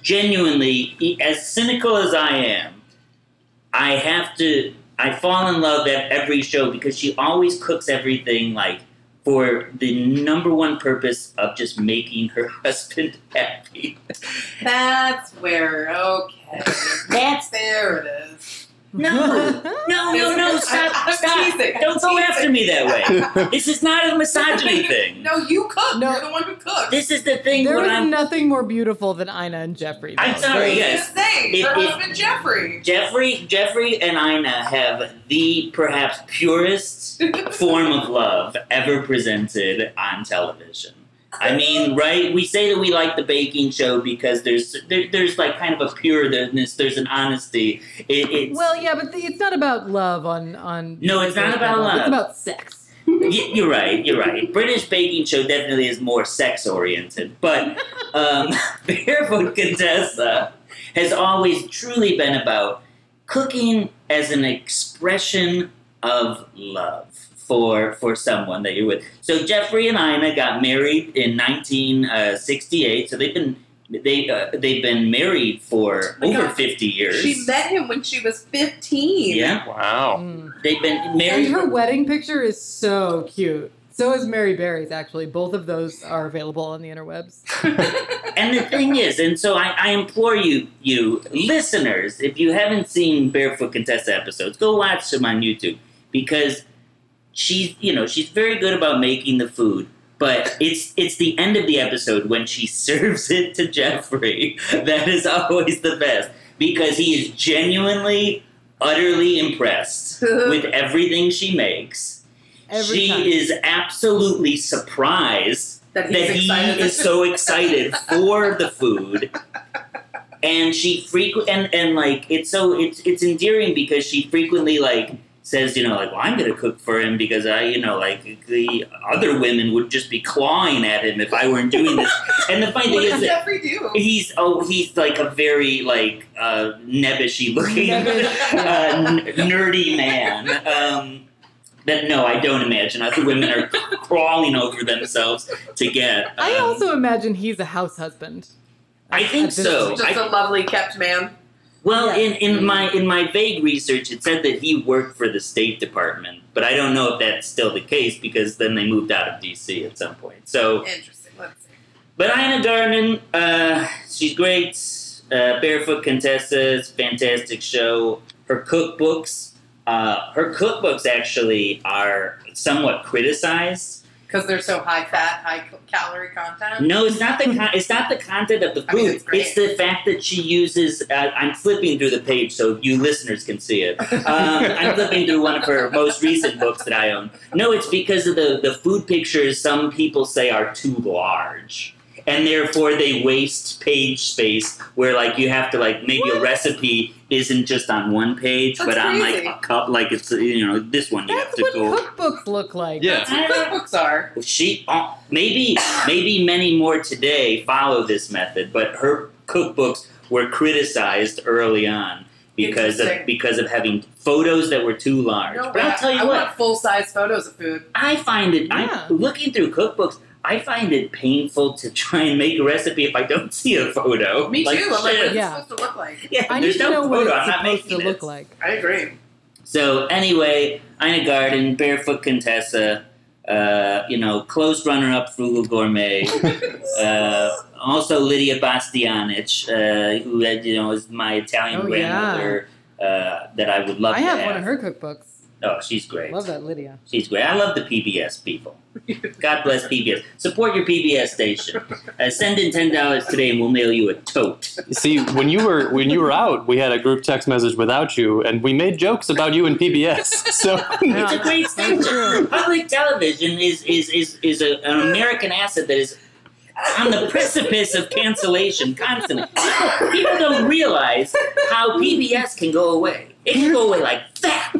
[SPEAKER 5] genuinely, e, as cynical as I am, I have to. I fall in love at every show because she always cooks everything like for the number one purpose of just making her <laughs> husband happy.
[SPEAKER 2] That's where. Okay.
[SPEAKER 5] That's
[SPEAKER 2] there it is.
[SPEAKER 5] <laughs> no,
[SPEAKER 4] <laughs>
[SPEAKER 5] no, no, no!
[SPEAKER 2] <laughs>
[SPEAKER 5] Stop,
[SPEAKER 2] I'm
[SPEAKER 5] stop!
[SPEAKER 2] teasing, I'm
[SPEAKER 5] Don't go
[SPEAKER 2] teasing.
[SPEAKER 5] after me that way. This is not
[SPEAKER 4] <laughs>
[SPEAKER 5] a misogyny
[SPEAKER 2] <laughs>
[SPEAKER 5] thing.
[SPEAKER 2] No, you cook.
[SPEAKER 4] No.
[SPEAKER 2] You're the one who cooks.
[SPEAKER 5] This is the thing
[SPEAKER 4] there
[SPEAKER 5] when
[SPEAKER 4] is
[SPEAKER 5] I'm
[SPEAKER 4] nothing more beautiful than Ina and Jeffrey.
[SPEAKER 5] I'm
[SPEAKER 4] though.
[SPEAKER 5] sorry,
[SPEAKER 4] They-
[SPEAKER 5] yes.
[SPEAKER 2] Just saying,
[SPEAKER 5] If-
[SPEAKER 2] her
[SPEAKER 5] if-
[SPEAKER 2] husband Jeffrey.
[SPEAKER 5] Jeffrey, Jeffrey, and Ina have the perhaps
[SPEAKER 4] <laughs>
[SPEAKER 5] purest form of love ever presented on television. I mean, right? We say that we like the baking show because there's there, there's like kind of a pureness, there's an honesty. It, it's
[SPEAKER 4] Well, yeah, but the, it's not about love on on.
[SPEAKER 5] No, it's not about love.
[SPEAKER 4] It's about sex.
[SPEAKER 5] y- you're right, you're right. British baking show definitely is more sex oriented, but
[SPEAKER 2] <laughs>
[SPEAKER 5] um, <laughs> Barefoot Contessa has always truly been about cooking as an expression of love for for someone that you're with. So Jeffrey and Ina got married in 1968, so they've been they uh, they've been married for
[SPEAKER 2] Oh my
[SPEAKER 5] over
[SPEAKER 2] God.
[SPEAKER 5] 50 years.
[SPEAKER 2] She met him when she was 15. <laughs>
[SPEAKER 5] yeah,
[SPEAKER 3] Wow.
[SPEAKER 4] Mm.
[SPEAKER 5] they've been married.
[SPEAKER 4] And her wedding picture is so cute. So is Mary Berry's. Actually, both of those are available on the interwebs.
[SPEAKER 5] And the thing is, and so I, I implore you, you listeners, if you haven't seen Barefoot Contessa episodes, go watch them on YouTube because she's, you know, she's very good about making the food. But it's it's the end of the episode when she <laughs> serves it to Jeffrey that is always the best because he is genuinely, utterly impressed with everything she makes.
[SPEAKER 4] Every
[SPEAKER 5] she
[SPEAKER 4] time.
[SPEAKER 5] is absolutely surprised
[SPEAKER 2] <laughs> that he's
[SPEAKER 5] that he
[SPEAKER 2] excited.
[SPEAKER 5] is so excited for the food. and she frequent and, and like it's so it's it's endearing because she frequently like says you know like well I'm gonna cook for him because I you know like the other women would just be clawing at him if I weren't doing this and the
[SPEAKER 2] <laughs>
[SPEAKER 5] funny
[SPEAKER 2] what
[SPEAKER 5] thing
[SPEAKER 2] does <laughs>
[SPEAKER 5] is that
[SPEAKER 2] Jeffrey
[SPEAKER 5] <laughs>
[SPEAKER 2] do?
[SPEAKER 5] he's oh he's like a very like uh nebbishy looking
[SPEAKER 4] Nebbish, yeah.
[SPEAKER 5] uh, n- nerdy man um that no I don't imagine other women are crawling over themselves to get um,
[SPEAKER 4] I also imagine he's a house husband.
[SPEAKER 5] I think
[SPEAKER 4] At this
[SPEAKER 5] so
[SPEAKER 4] point.
[SPEAKER 2] Just
[SPEAKER 5] I-
[SPEAKER 2] a lovely kept man.
[SPEAKER 5] Well,
[SPEAKER 4] Yeah.
[SPEAKER 5] in, in my in my vague research, it said that he worked for the State Department, but I don't know if that's still the case because then they moved out of D.C. at some point. So,
[SPEAKER 2] Interesting. Let's see.
[SPEAKER 5] but Ina Garman, uh, she's great. Uh, Barefoot Contessa, it's a fantastic show. Her cookbooks, uh, her cookbooks actually are somewhat criticized.
[SPEAKER 2] Because they're so high fat, high cal- calorie content.
[SPEAKER 5] No, it's not the con- it's not the content of the food.
[SPEAKER 2] I mean, it's great.
[SPEAKER 5] the fact that she uses. Uh, I'm flipping through the page so you listeners can see it.
[SPEAKER 2] <laughs>
[SPEAKER 5] Um, I'm flipping through one of her most recent books that I own. No, it's because of the the food pictures. Some people say are too large. And therefore, they waste page space where, like, you have to like maybe a
[SPEAKER 4] What?
[SPEAKER 5] recipe isn't just on one page,
[SPEAKER 2] That's
[SPEAKER 5] but on like
[SPEAKER 2] crazy.
[SPEAKER 5] a cup. Like it's you know this one you have
[SPEAKER 4] That's
[SPEAKER 5] to
[SPEAKER 4] what
[SPEAKER 5] go.
[SPEAKER 4] cookbooks look like.
[SPEAKER 3] Yeah.
[SPEAKER 2] That's what cookbooks are.
[SPEAKER 5] She uh, maybe maybe many more today follow this method, but her cookbooks were criticized early on because of
[SPEAKER 2] Interesting.
[SPEAKER 5] because of having photos that were too large.
[SPEAKER 2] No
[SPEAKER 5] but
[SPEAKER 2] way.
[SPEAKER 5] I'll tell you
[SPEAKER 2] I
[SPEAKER 5] what,
[SPEAKER 2] want full size photos of food.
[SPEAKER 5] I find it.
[SPEAKER 4] Yeah.
[SPEAKER 5] I'm looking through cookbooks. I find it painful to try and make a recipe if I don't see a photo.
[SPEAKER 2] Me
[SPEAKER 5] Like,
[SPEAKER 2] too. I'm like, what
[SPEAKER 5] shit.
[SPEAKER 2] is
[SPEAKER 4] Yeah.
[SPEAKER 2] it supposed to look like?
[SPEAKER 5] <laughs> yeah,
[SPEAKER 4] I need
[SPEAKER 5] there's
[SPEAKER 4] to
[SPEAKER 5] no
[SPEAKER 4] know
[SPEAKER 5] photo.
[SPEAKER 4] what it's
[SPEAKER 5] I'm not
[SPEAKER 4] supposed
[SPEAKER 5] making
[SPEAKER 4] to
[SPEAKER 5] this.
[SPEAKER 4] look like.
[SPEAKER 2] I agree.
[SPEAKER 5] So anyway, Ina Garden, Barefoot Contessa, uh, you know, close runner-up, Frugal Gourmet. uh, also Lydia Bastianich, uh, who had, you know is my Italian
[SPEAKER 4] Oh,
[SPEAKER 5] grandmother uh, that I would love.
[SPEAKER 4] I
[SPEAKER 5] to
[SPEAKER 4] have one of her cookbooks.
[SPEAKER 5] Oh, she's great.
[SPEAKER 4] Love that, Lydia.
[SPEAKER 5] She's great. I love the PBS
[SPEAKER 4] <laughs>
[SPEAKER 5] people. God bless PBS. Support your PBS station. Uh, send in ten dollars today, and we'll mail you a tote.
[SPEAKER 3] See, when you were when you were out, we had a group text message without you, and we made jokes about you and PBS. <laughs> So
[SPEAKER 5] It's a great
[SPEAKER 4] That's
[SPEAKER 5] station.
[SPEAKER 4] true.
[SPEAKER 5] Public television is is is is a, an American asset that is on the precipice of cancellation constantly. People, people don't realize how PBS can go away. It can go away like that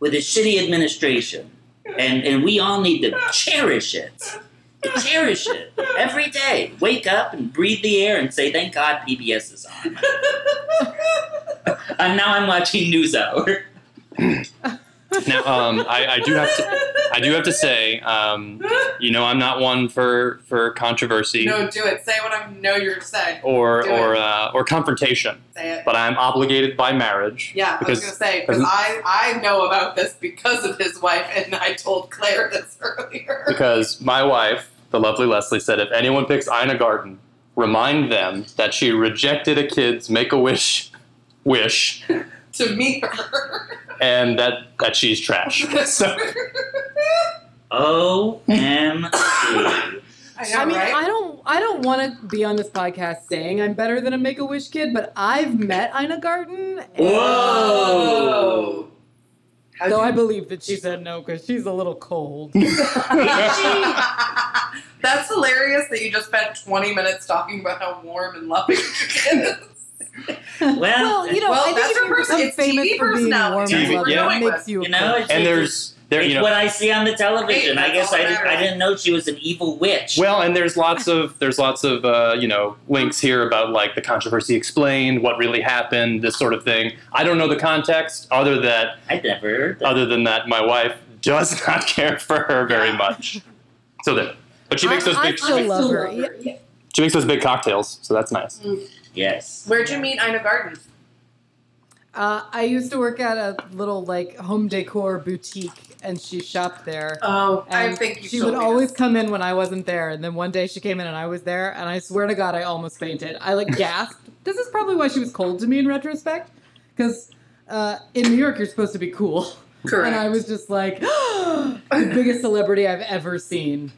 [SPEAKER 5] with a shitty administration, and and we all need to cherish it. Cherish it every day. Wake up and breathe the air and say, "Thank God PBS is on." and now I'm watching NewsHour.
[SPEAKER 3] now, um, I, I do have
[SPEAKER 2] <laughs>
[SPEAKER 3] to I do have to say, um, you know, I'm not one for for controversy
[SPEAKER 2] no, do it. Say what I know you're going to say.
[SPEAKER 3] or
[SPEAKER 2] do it.
[SPEAKER 3] or uh, or confrontation,
[SPEAKER 2] Say it.
[SPEAKER 3] but I'm obligated by marriage.
[SPEAKER 2] Yeah,
[SPEAKER 3] because
[SPEAKER 2] I was going to say, because I, I know about this because of his wife, and I told Claire this <laughs> earlier.
[SPEAKER 3] <laughs> because my wife, the lovely Leslie, said if anyone picks Ina Garten, remind them that she rejected a kid's Make a Wish wish,
[SPEAKER 2] to meet her.
[SPEAKER 3] and that that she's
[SPEAKER 4] <laughs>
[SPEAKER 3] trash. <laughs> So
[SPEAKER 5] OMG.
[SPEAKER 2] I know,
[SPEAKER 4] I mean,
[SPEAKER 2] right?
[SPEAKER 4] I don't, I don't want to be on this podcast saying I'm better than a Make a Wish kid, but I've met Ina Garten. and-
[SPEAKER 5] Whoa!
[SPEAKER 2] How'd
[SPEAKER 4] Though
[SPEAKER 2] you-
[SPEAKER 4] I believe that she said no because she's a little
[SPEAKER 2] <laughs>
[SPEAKER 4] cold.
[SPEAKER 3] <laughs>
[SPEAKER 2] That's hilarious that you just spent 20 minutes talking about how warm and loving <laughs> you is.
[SPEAKER 5] Well,
[SPEAKER 4] well, you know,
[SPEAKER 2] Well,
[SPEAKER 4] I
[SPEAKER 2] that's
[SPEAKER 4] think if
[SPEAKER 2] her
[SPEAKER 4] you
[SPEAKER 2] person-
[SPEAKER 4] become
[SPEAKER 2] it's
[SPEAKER 4] famous
[SPEAKER 2] TV
[SPEAKER 4] for being
[SPEAKER 2] personality.
[SPEAKER 4] warm and
[SPEAKER 3] TV,
[SPEAKER 4] loving,
[SPEAKER 3] yeah.
[SPEAKER 4] that makes you. a
[SPEAKER 5] you know,
[SPEAKER 4] coach.
[SPEAKER 5] it's,
[SPEAKER 3] and
[SPEAKER 5] it's-
[SPEAKER 3] there's there
[SPEAKER 5] it's
[SPEAKER 3] you know
[SPEAKER 5] what I see on the television.
[SPEAKER 2] Hey,
[SPEAKER 5] I guess
[SPEAKER 2] that's all
[SPEAKER 5] I,
[SPEAKER 2] that
[SPEAKER 5] didn't- I
[SPEAKER 2] matters.
[SPEAKER 5] didn't know she was an evil witch.
[SPEAKER 3] Well, and there's lots of there's lots of uh, you know links here about like the controversy explained, what really happened, this sort of thing. I don't know the context other that
[SPEAKER 5] I never heard that.
[SPEAKER 3] other than that my wife does <laughs> not care for her very much. So there. But she makes
[SPEAKER 4] I-
[SPEAKER 3] those
[SPEAKER 4] I
[SPEAKER 3] big
[SPEAKER 4] still
[SPEAKER 3] she,
[SPEAKER 4] love
[SPEAKER 2] Oh,
[SPEAKER 4] her.
[SPEAKER 3] she makes those big cocktails, so that's nice.
[SPEAKER 5] yes.
[SPEAKER 2] Where'd you meet Ina Garden?
[SPEAKER 4] Uh, I used to work at a little like home decor boutique, and she shopped there.
[SPEAKER 2] Oh, I
[SPEAKER 4] And
[SPEAKER 2] think you
[SPEAKER 4] she
[SPEAKER 2] told
[SPEAKER 4] would
[SPEAKER 2] me
[SPEAKER 4] always
[SPEAKER 2] this.
[SPEAKER 4] come in when I wasn't there, and then one day she came in and I was there, and I swear to God, I almost fainted. I like gasped.
[SPEAKER 2] <laughs>
[SPEAKER 4] this is probably why she was cold to me in retrospect, because uh, in New York you're supposed to be cool,
[SPEAKER 2] Correct.
[SPEAKER 4] and I was just like <gasps> the biggest celebrity I've ever seen.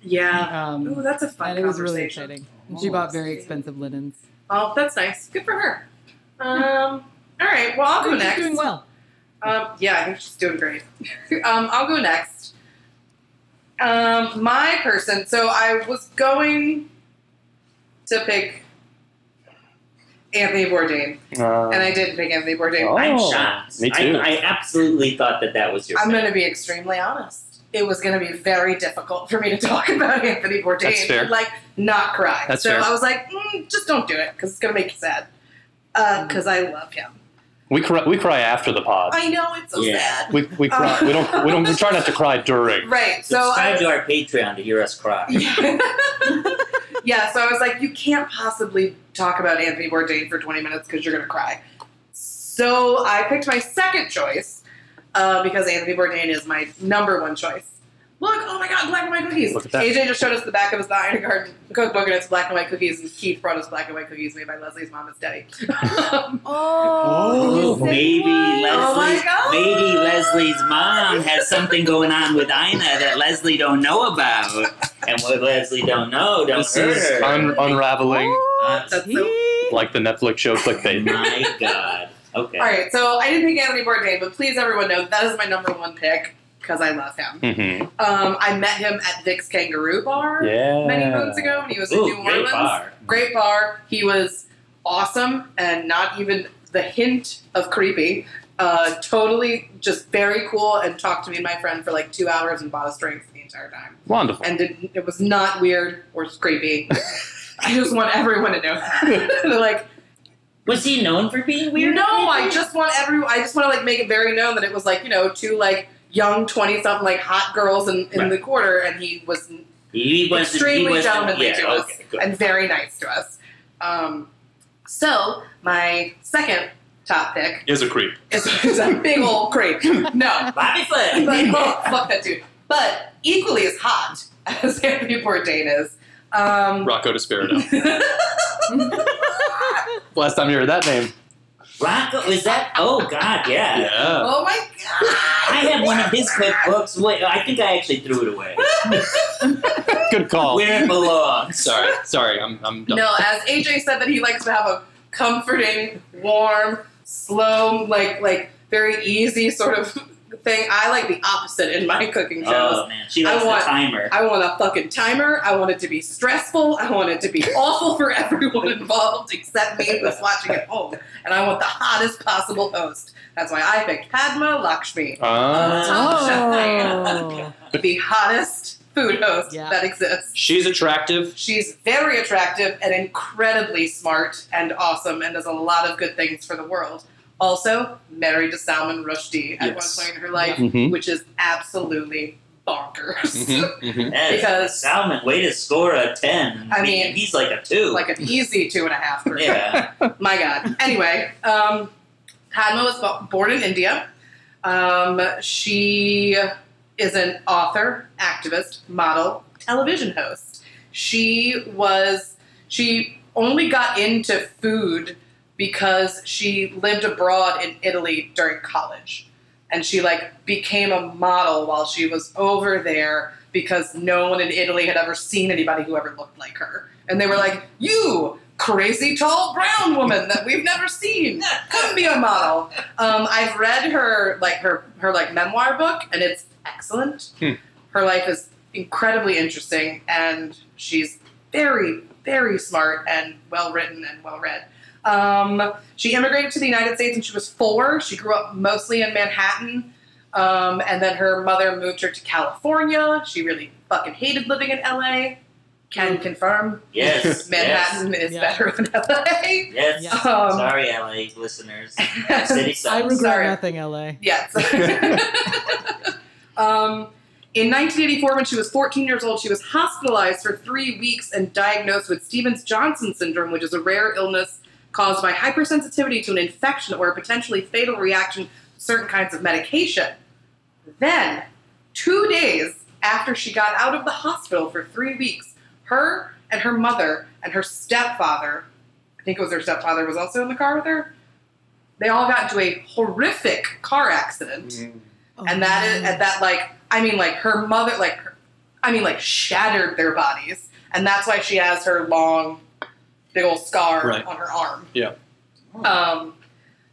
[SPEAKER 2] yeah. Ooh,
[SPEAKER 4] Um,
[SPEAKER 2] that's a fun
[SPEAKER 4] and it was really
[SPEAKER 2] conversation.
[SPEAKER 4] exciting. She bought very expensive linens.
[SPEAKER 2] Oh, that's nice. Good for her.
[SPEAKER 4] <laughs>
[SPEAKER 2] Um, all right. Well, I'll go
[SPEAKER 4] She's
[SPEAKER 2] next.
[SPEAKER 4] doing well.
[SPEAKER 2] Um, yeah, I think she's doing great. <laughs> um, I'll go next. Um, my person. So I was going to pick Anthony Bourdain,
[SPEAKER 3] Uh,
[SPEAKER 2] and I did pick Anthony Bourdain.
[SPEAKER 3] Oh.
[SPEAKER 5] I'm shocked.
[SPEAKER 3] me
[SPEAKER 5] I-
[SPEAKER 3] too.
[SPEAKER 5] I, absolutely thought that that was your.
[SPEAKER 2] I'm
[SPEAKER 5] pick.
[SPEAKER 2] going to be extremely honest. It was going to be very difficult for me to <laughs> talk about Anthony Bourdain
[SPEAKER 3] That's fair.
[SPEAKER 2] and like not cry.
[SPEAKER 3] That's
[SPEAKER 2] so
[SPEAKER 3] fair.
[SPEAKER 2] I was like, mm, just don't do it because it's going to make you sad. Because I love him.
[SPEAKER 3] we cry. We cry after the pod.
[SPEAKER 2] I know it's so
[SPEAKER 5] Yeah.
[SPEAKER 2] sad.
[SPEAKER 3] we we cry. we don't. We don't. We try not to cry during.
[SPEAKER 2] Right. So
[SPEAKER 5] Subscribe
[SPEAKER 2] I,
[SPEAKER 5] to our Patreon to hear us cry.
[SPEAKER 2] <laughs> yeah, so I was like, you can't possibly talk about Anthony Bourdain for 20 minutes because you're going to cry. So I picked my second choice uh, because Anthony Bourdain is my number one choice. Look, oh my god, black and white cookies.
[SPEAKER 3] Look at that.
[SPEAKER 2] AJ just showed us the back of his The Iron Garden cookbook and it's black and white cookies, and Keith brought us black and white cookies made by Leslie's mom and daddy. <laughs>
[SPEAKER 4] Oh,
[SPEAKER 3] Oh,
[SPEAKER 4] did you say
[SPEAKER 5] Maybe
[SPEAKER 4] what?
[SPEAKER 2] Oh my
[SPEAKER 5] Leslie's,
[SPEAKER 2] God.
[SPEAKER 5] maybe Leslie's mom has something going on with Ina that Leslie don't know about, and what Leslie don't know don't
[SPEAKER 3] This
[SPEAKER 5] hurt
[SPEAKER 3] is
[SPEAKER 5] her.
[SPEAKER 3] un- unraveling
[SPEAKER 2] Oh.
[SPEAKER 5] Uh,
[SPEAKER 2] That's so-
[SPEAKER 4] He-
[SPEAKER 3] like the Netflix show clickbait.
[SPEAKER 5] my God. Okay.
[SPEAKER 2] All right, so I didn't pick Anthony Bourdain, but please, everyone know that is my number one pick because I love him.
[SPEAKER 3] hmm
[SPEAKER 2] <laughs> Um, I met him at Vic's Kangaroo Bar
[SPEAKER 3] Yeah.
[SPEAKER 2] many months ago when he was in
[SPEAKER 5] Ooh,
[SPEAKER 2] New
[SPEAKER 5] great
[SPEAKER 2] Orleans.
[SPEAKER 5] bar.
[SPEAKER 2] Great bar. He was awesome and not even the hint of creepy. Uh, totally just very cool and talked to me and my friend for like two hours and bought us drinks the entire time.
[SPEAKER 3] Wonderful.
[SPEAKER 2] And it, it was not weird or
[SPEAKER 5] <laughs>
[SPEAKER 2] creepy. I just want everyone to know that. <laughs> They're like,
[SPEAKER 5] Was he known for being weird?
[SPEAKER 2] no, I just want every. I just want to like make it very known that it was like you know two like young twenty something like hot girls in, in
[SPEAKER 5] Right.
[SPEAKER 2] the quarter, and he was
[SPEAKER 5] He wasn't. he
[SPEAKER 2] extremely
[SPEAKER 5] wasn't,
[SPEAKER 2] gentlemanly
[SPEAKER 5] yeah,
[SPEAKER 2] to us
[SPEAKER 5] okay, good.
[SPEAKER 2] and very nice to us. Um, so my second top pick
[SPEAKER 3] is a creep.
[SPEAKER 2] is, is a big old creep. No,
[SPEAKER 5] Bobby Flay.
[SPEAKER 2] <laughs> but, oh, fuck that dude. But equally as hot as Anthony Bourdain is. Um,
[SPEAKER 3] Rocco Desperado. <laughs> Last time you heard that name.
[SPEAKER 5] Rocco, is that? Oh God, yeah.
[SPEAKER 3] Yeah.
[SPEAKER 2] <laughs> oh my god!
[SPEAKER 5] I had one of his cookbooks. Wait, I think I actually threw it away.
[SPEAKER 3] Good
[SPEAKER 4] Oh.
[SPEAKER 3] call.
[SPEAKER 5] Where
[SPEAKER 2] <laughs>
[SPEAKER 5] it belongs.
[SPEAKER 3] Sorry. Sorry. I'm. I'm done.
[SPEAKER 2] No, as AJ said that he likes to have a comforting, warm, slow, like like very easy sort of thing. I like the opposite in my cooking shows.
[SPEAKER 5] Oh man, she
[SPEAKER 2] I
[SPEAKER 5] likes
[SPEAKER 2] want-
[SPEAKER 5] the timer.
[SPEAKER 2] I want a fucking timer. I want it to be stressful. I want it to be awful for <laughs> everyone involved except me who's watching at home. And I want the hottest possible host. That's why I picked Padma Lakshmi,
[SPEAKER 3] Ah.
[SPEAKER 2] <laughs>
[SPEAKER 4] Oh.
[SPEAKER 2] the hottest food host
[SPEAKER 4] Yeah.
[SPEAKER 2] that exists.
[SPEAKER 3] she's attractive.
[SPEAKER 2] She's very attractive and incredibly smart and awesome and does a lot of good things for the world. Also, married to Salman Rushdie at one
[SPEAKER 5] Yes. Mm-hmm.
[SPEAKER 2] point in her life,
[SPEAKER 3] Mhm.
[SPEAKER 2] which is absolutely bonkers.
[SPEAKER 3] Mhm, mhm.
[SPEAKER 5] Yes,
[SPEAKER 2] because-
[SPEAKER 5] Salmon way to score a ten.
[SPEAKER 2] I mean-
[SPEAKER 5] he's like a two.
[SPEAKER 2] <laughs> like an easy two and a half for her. <laughs>
[SPEAKER 5] yeah,
[SPEAKER 2] My God. Anyway, um, Padma was bo- born in India. Um, she is an author, activist, model, television host. She was she only got into food because she lived abroad in Italy during college. And she like became a model while she was over there because no one in Italy had ever seen anybody who ever looked like her. And they were like, You crazy tall brown woman that we've never seen. Come be a model. Um, I've read her like her her like memoir book and it's excellent.
[SPEAKER 3] Hmm.
[SPEAKER 2] Her life is incredibly interesting and she's very, very smart and well written and well read. Um, she immigrated to the United States when she was four. She grew up mostly in Manhattan. Um, and then her mother moved her to California. She really fucking hated living in LA. Can confirm.
[SPEAKER 5] Hmm. yes, yes,
[SPEAKER 2] Manhattan is
[SPEAKER 4] Yeah.
[SPEAKER 2] better than LA.
[SPEAKER 5] yes.
[SPEAKER 4] Yeah.
[SPEAKER 2] Um, <laughs>
[SPEAKER 5] Sorry, LA listeners. City
[SPEAKER 4] I
[SPEAKER 5] sucks.
[SPEAKER 4] regret
[SPEAKER 2] Sorry.
[SPEAKER 4] nothing,
[SPEAKER 2] <laughs>
[SPEAKER 4] LA.
[SPEAKER 2] Yes. um, in 1984, when she was 14 years old, she was hospitalized for three weeks and diagnosed with Stevens Johnson syndrome, which is a rare illness caused by hypersensitivity to an infection or a potentially fatal reaction to certain kinds of medication. Then, two days after she got out of the hospital for three weeks, her and her mother and her stepfather, I think it was her stepfather, was also in the car with her. They all got into a horrific car accident
[SPEAKER 3] Mm.
[SPEAKER 2] and that is and that like I mean like her mother like her- I mean like shattered their bodies, and that's why she has her long, big old scar
[SPEAKER 3] Right.
[SPEAKER 2] on her arm.
[SPEAKER 3] Yeah.
[SPEAKER 2] Um,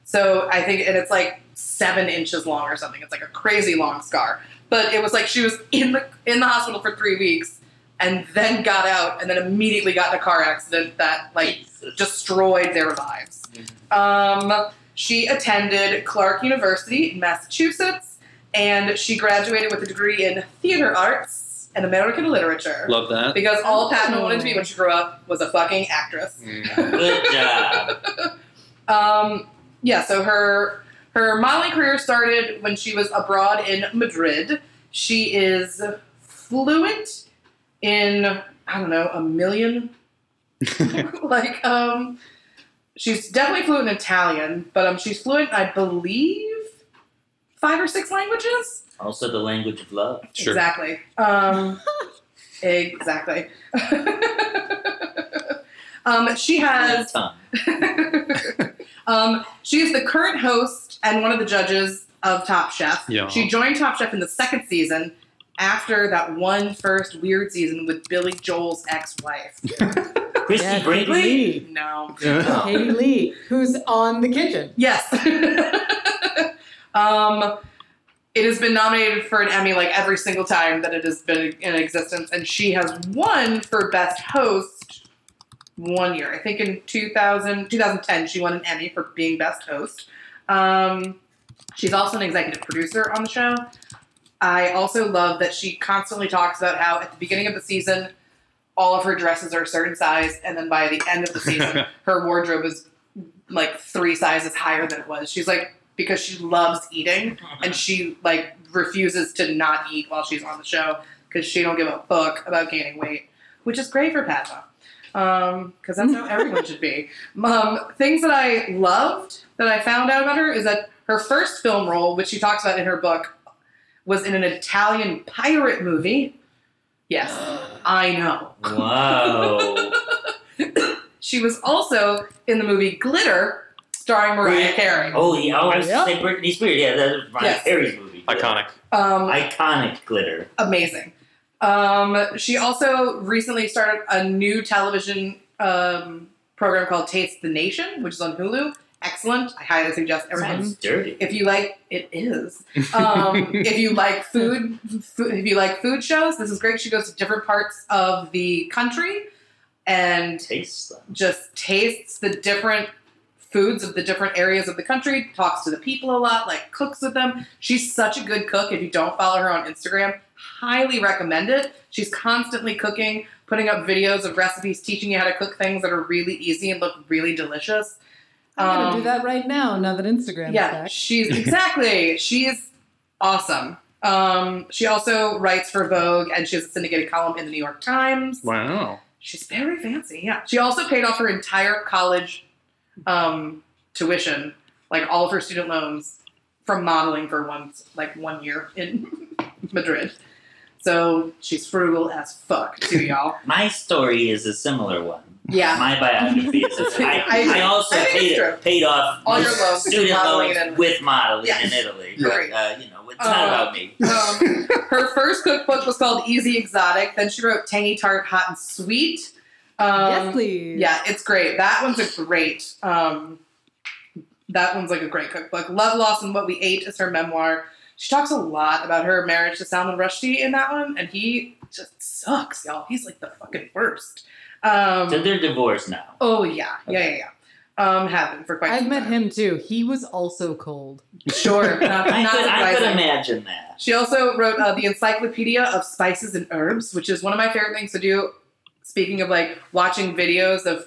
[SPEAKER 2] so I think and it's like seven inches long or something. It's like a crazy long scar. But it was like she was in the in the hospital for three weeks, and then got out and then immediately got in a car accident that like destroyed their lives. Um, she attended Clark University in Massachusetts, and she graduated with a degree in theater arts and American literature.
[SPEAKER 3] <laughs> Love <laughs> that.
[SPEAKER 2] because all Patton wanted to be when she grew up was a fucking actress.
[SPEAKER 5] Good job.
[SPEAKER 2] Um, yeah, so her her modeling career started when she was abroad in Madrid. She is fluent in I don't know a million. like um, she's definitely fluent in Italian, but um, she's fluent I believe five or six languages.
[SPEAKER 5] Also, the language of love.
[SPEAKER 3] Sure.
[SPEAKER 2] Exactly. Um, exactly. <laughs> um, she has
[SPEAKER 5] Tongue.
[SPEAKER 2] <laughs> um, she is the current host and one of the judges of Top Chef.
[SPEAKER 3] Yeah.
[SPEAKER 2] She joined Top Chef in the second season after that one first weird season with Billy Joel's ex-wife.
[SPEAKER 5] Christy
[SPEAKER 4] Yeah,
[SPEAKER 5] Brinkley.
[SPEAKER 4] Lee.
[SPEAKER 2] No.
[SPEAKER 3] Yeah.
[SPEAKER 4] Katie Lee, who's on the kitchen.
[SPEAKER 2] Yes. <laughs> um, it has been nominated for an Emmy like every single time that it has been in existence, and she has won for Best Host one year. I think in 2000, 2010, she won an Emmy for being Best Host. Um, she's also an executive producer on the show. I also love that she constantly talks about how at the beginning of the season, all of her dresses are a certain size, and then by the end of the season, her wardrobe is like three sizes higher than it was. She's like because she loves eating and she like refuses to not eat while she's on the show because she don't give a fuck about gaining weight, which is great for Padma. Um, because that's how everyone should be. Um, things that I loved that I found out about her is that her first film role, which she talks about in her book, was in an Italian pirate movie. Yes, I know.
[SPEAKER 5] Wow.
[SPEAKER 2] She was also in the movie Glitter, starring Mariah Carey.
[SPEAKER 5] Oh, yeah. I was
[SPEAKER 4] Yep.
[SPEAKER 5] say Britney Spears. Yeah, that's Mariah
[SPEAKER 2] Yes.
[SPEAKER 5] Carey's movie.
[SPEAKER 3] Iconic.
[SPEAKER 2] Um,
[SPEAKER 5] Iconic glitter.
[SPEAKER 2] amazing. Um, she also recently started a new television um, program called Taste the Nation, which is on Hulu. Excellent. I highly suggest everyone.
[SPEAKER 5] Sounds dirty.
[SPEAKER 2] If you like, it is. Um, if you like food, food, if you like food shows, this is great. She goes to different parts of the country and
[SPEAKER 5] Tastes them.
[SPEAKER 2] just tastes the different foods of the different areas of the country, talks to the people a lot, like cooks with them. She's such a good cook. If you don't follow her on Instagram, highly recommend it. She's constantly cooking, putting up videos of recipes, teaching you how to cook things that are really easy and look really delicious.
[SPEAKER 4] I'm gonna
[SPEAKER 2] Um,
[SPEAKER 4] do that right now. Now that Instagram's
[SPEAKER 2] yeah,
[SPEAKER 4] back.
[SPEAKER 2] she's exactly. she's awesome. Um, she also writes for Vogue and she has a syndicated column in the New York Times.
[SPEAKER 3] Wow.
[SPEAKER 2] She's very fancy, yeah. She also paid off her entire college um, tuition, like all of her student loans, from modeling for once, like one year in <laughs> Madrid. So she's frugal as fuck, too, y'all.
[SPEAKER 5] <laughs> My story is a similar one.
[SPEAKER 2] Yeah.
[SPEAKER 5] My biography
[SPEAKER 2] <laughs>
[SPEAKER 5] is. A, I,
[SPEAKER 2] I-
[SPEAKER 5] I also
[SPEAKER 2] I think it's
[SPEAKER 5] paid,
[SPEAKER 2] true.
[SPEAKER 5] paid off
[SPEAKER 2] All
[SPEAKER 5] my
[SPEAKER 2] your loans,
[SPEAKER 5] student
[SPEAKER 2] modeling
[SPEAKER 5] loans
[SPEAKER 2] and-
[SPEAKER 5] with modeling
[SPEAKER 2] Yes.
[SPEAKER 5] in Italy.
[SPEAKER 2] Yeah.
[SPEAKER 5] But, uh, you know, it's
[SPEAKER 2] Um,
[SPEAKER 5] not about me.
[SPEAKER 2] Um, her first cookbook was called Easy Exotic. Then she wrote Tangy Tart, Hot and Sweet. Um,
[SPEAKER 4] yes, please.
[SPEAKER 2] Yeah, it's great. That one's a great. Um, that one's like a great cookbook. Love, Loss, and What We Ate is her memoir. She talks a lot about her marriage to Salman Rushdie in that one, and he just sucks, y'all. He's like the fucking worst.
[SPEAKER 5] So
[SPEAKER 2] Um,
[SPEAKER 5] they're divorced now.
[SPEAKER 2] oh yeah, yeah, yeah, yeah. Um, happened for quite.
[SPEAKER 4] I've
[SPEAKER 2] some
[SPEAKER 4] met
[SPEAKER 2] time.
[SPEAKER 4] him too. He was also cold.
[SPEAKER 5] <laughs>
[SPEAKER 2] Sure, <laughs> not,
[SPEAKER 5] I
[SPEAKER 2] not
[SPEAKER 5] could, I could
[SPEAKER 2] surprising.
[SPEAKER 5] imagine that.
[SPEAKER 2] She also wrote uh, the Encyclopedia of Spices and Herbs, which is one of my favorite things to do. Speaking of like watching videos of,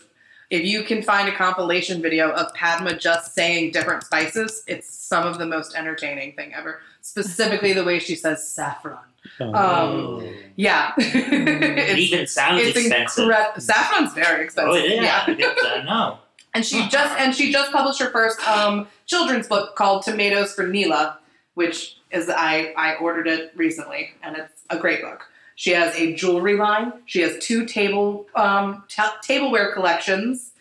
[SPEAKER 2] if you can find a compilation video of Padma just saying different spices, it's some of the most entertaining thing ever. Specifically, the way she says saffron. Um, yeah,
[SPEAKER 5] Oh.
[SPEAKER 2] <laughs>
[SPEAKER 5] it
[SPEAKER 2] it's,
[SPEAKER 5] even sounds
[SPEAKER 2] it's
[SPEAKER 5] expensive.
[SPEAKER 2] incre- Saffron's very expensive.
[SPEAKER 5] Oh, yeah. It's, I know.
[SPEAKER 2] and she just and she just published her first um, children's book called Tomatoes for Neela, which is I I ordered it recently, and it's a great book. She has a jewelry line. She has two table um, ta- tableware collections.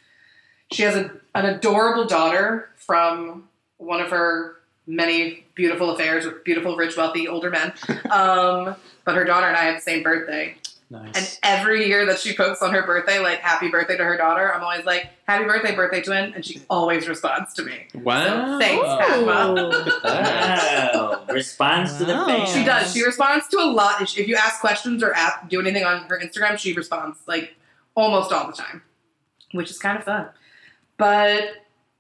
[SPEAKER 2] She has a, an adorable daughter from one of her many beautiful affairs with beautiful, rich, wealthy older men. Um, but her daughter and I have the same birthday,
[SPEAKER 3] Nice.
[SPEAKER 2] And every year that she posts on her birthday, like happy birthday to her daughter, I'm always like, happy birthday, birthday twin. And she always responds to me.
[SPEAKER 3] wow.
[SPEAKER 2] thanks, Padma.
[SPEAKER 4] Ooh.
[SPEAKER 3] Look at that.
[SPEAKER 5] Wow. Responds to the
[SPEAKER 4] Wow.
[SPEAKER 5] fans.
[SPEAKER 2] She does. She responds to a lot. If you ask questions or ask, do anything on her Instagram, she responds like almost all the time, which is kind of fun. But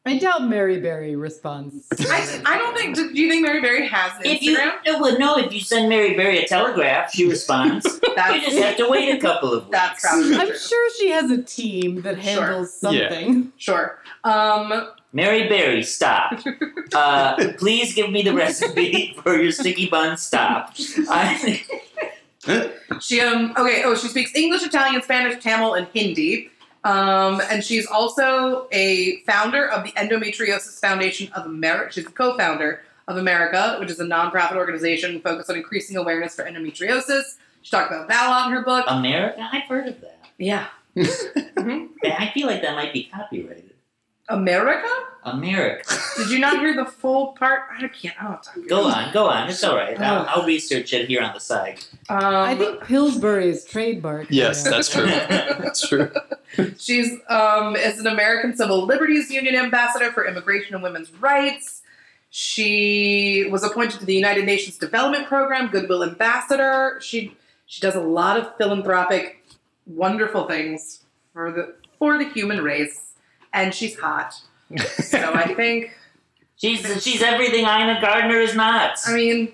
[SPEAKER 4] I doubt Mary Berry responds.
[SPEAKER 2] I, I don't think. Do you think Mary Berry has an
[SPEAKER 5] If you
[SPEAKER 2] Instagram?
[SPEAKER 5] no, well, no, if you send Mary Berry a telegraph, she
[SPEAKER 2] <laughs>
[SPEAKER 5] responds. <laughs> you just
[SPEAKER 2] That's
[SPEAKER 5] have to wait a couple of weeks.
[SPEAKER 2] that's probably
[SPEAKER 4] I'm
[SPEAKER 2] true.
[SPEAKER 4] sure she has a team that
[SPEAKER 2] Sure.
[SPEAKER 4] handles
[SPEAKER 3] Yeah.
[SPEAKER 4] something.
[SPEAKER 2] Sure. Um,
[SPEAKER 5] Mary Berry, stop.
[SPEAKER 2] <laughs>
[SPEAKER 5] Uh, please give me the recipe for your sticky bun. Stop. I,
[SPEAKER 2] she um okay. Oh, she speaks English, Italian, Spanish, Tamil, and Hindi. Um, and she's also a founder of the Endometriosis Foundation of America. She's a co-founder of America, which is a nonprofit organization focused on increasing awareness for endometriosis. She talked about that a lot in her book.
[SPEAKER 5] America, I've heard of that.
[SPEAKER 2] Yeah.
[SPEAKER 5] And I feel like that might be copyrighted.
[SPEAKER 2] America?
[SPEAKER 5] America.
[SPEAKER 2] Did you not hear the full part? I can't. I don't talk.
[SPEAKER 5] Go on, go on. It's all right. I'll, I'll research it here on the side.
[SPEAKER 2] Um,
[SPEAKER 4] I think Pillsbury is trademark.
[SPEAKER 3] Yes,
[SPEAKER 4] you know.
[SPEAKER 3] that's true. <laughs> That's true.
[SPEAKER 2] She's um, is an American Civil Liberties Union ambassador for immigration and women's rights. She was appointed to the United Nations Development Program Goodwill Ambassador. She she does a lot of philanthropic, wonderful things for the for the human race, and she's hot. so I think
[SPEAKER 5] She's she's everything Ina Gardner is not.
[SPEAKER 2] I mean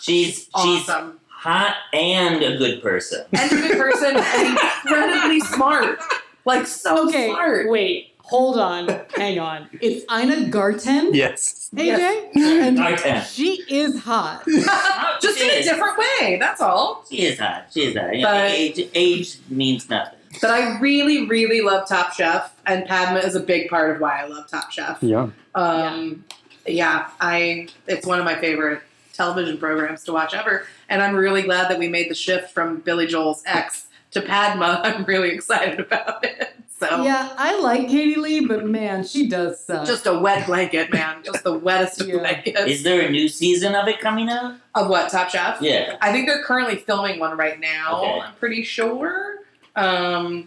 [SPEAKER 5] she's she's
[SPEAKER 2] awesome
[SPEAKER 5] hot and a good person.
[SPEAKER 2] and a good person and incredibly smart, like so
[SPEAKER 4] Okay,
[SPEAKER 2] smart. <laughs>
[SPEAKER 4] wait, hold on, hang on. It's Ina Garten,
[SPEAKER 3] Yes.
[SPEAKER 4] AJ,
[SPEAKER 5] Garten.
[SPEAKER 4] and she is hot.
[SPEAKER 2] Uh, Just in a different way. That's all.
[SPEAKER 5] She is hot. She is hot. You know,
[SPEAKER 2] But-
[SPEAKER 5] age, age means nothing.
[SPEAKER 2] But I really, really love Top Chef, and Padma is a big part of why I love Top Chef.
[SPEAKER 3] Yeah.
[SPEAKER 2] Um, yeah. I it's one of my favorite television programs to watch ever, and I'm really glad that we made the shift from Billy Joel's ex to Padma. <laughs> I'm really excited about it. So
[SPEAKER 4] Yeah, I like Katie Lee, but man, she does suck.
[SPEAKER 2] just a wet blanket, man. Just the wettest of
[SPEAKER 4] Yeah.
[SPEAKER 2] blankets
[SPEAKER 5] Is there a new season of it coming out?
[SPEAKER 2] of what Top Chef.
[SPEAKER 5] Yeah.
[SPEAKER 2] I think they're currently filming one right now.
[SPEAKER 5] Okay.
[SPEAKER 2] I'm pretty sure, because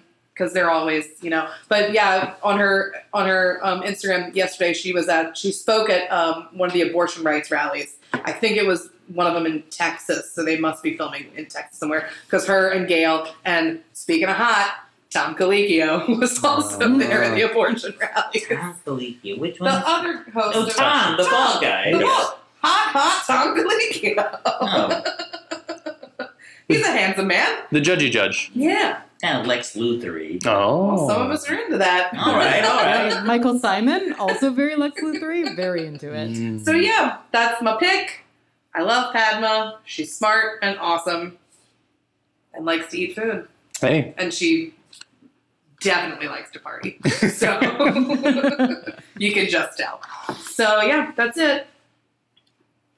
[SPEAKER 2] they're always, you know. But yeah, on her on her um, Instagram yesterday, she was at she spoke at um, one of the abortion rights rallies. I think it was one of them in Texas, so they must be filming in Texas somewhere. Because her and Gail and speaking of hot, Tom Colicchio <laughs> was also
[SPEAKER 3] Oh.
[SPEAKER 2] there at the abortion rally.
[SPEAKER 5] <laughs> Tom Colicchio. Which
[SPEAKER 2] The
[SPEAKER 5] one?
[SPEAKER 2] other host,
[SPEAKER 5] Oh,
[SPEAKER 2] of-
[SPEAKER 5] Tom, the ball guy.
[SPEAKER 2] the ball- hot, hot Tom Colicchio.
[SPEAKER 5] Oh,
[SPEAKER 2] He's a handsome man.
[SPEAKER 3] The judgy judge.
[SPEAKER 2] Yeah.
[SPEAKER 5] kind of Lex Luthery.
[SPEAKER 3] Oh.
[SPEAKER 2] Well, some of us are into that.
[SPEAKER 5] All right, all right.
[SPEAKER 4] Right, Michael Simon, also very Lex Luthor, very into it.
[SPEAKER 2] <laughs>
[SPEAKER 3] Mm.
[SPEAKER 2] So yeah, that's my pick. I love Padma. She's smart and awesome, and likes to eat food,
[SPEAKER 3] Hey.
[SPEAKER 2] and she definitely likes to party. So <laughs> you can just tell. So yeah, that's it.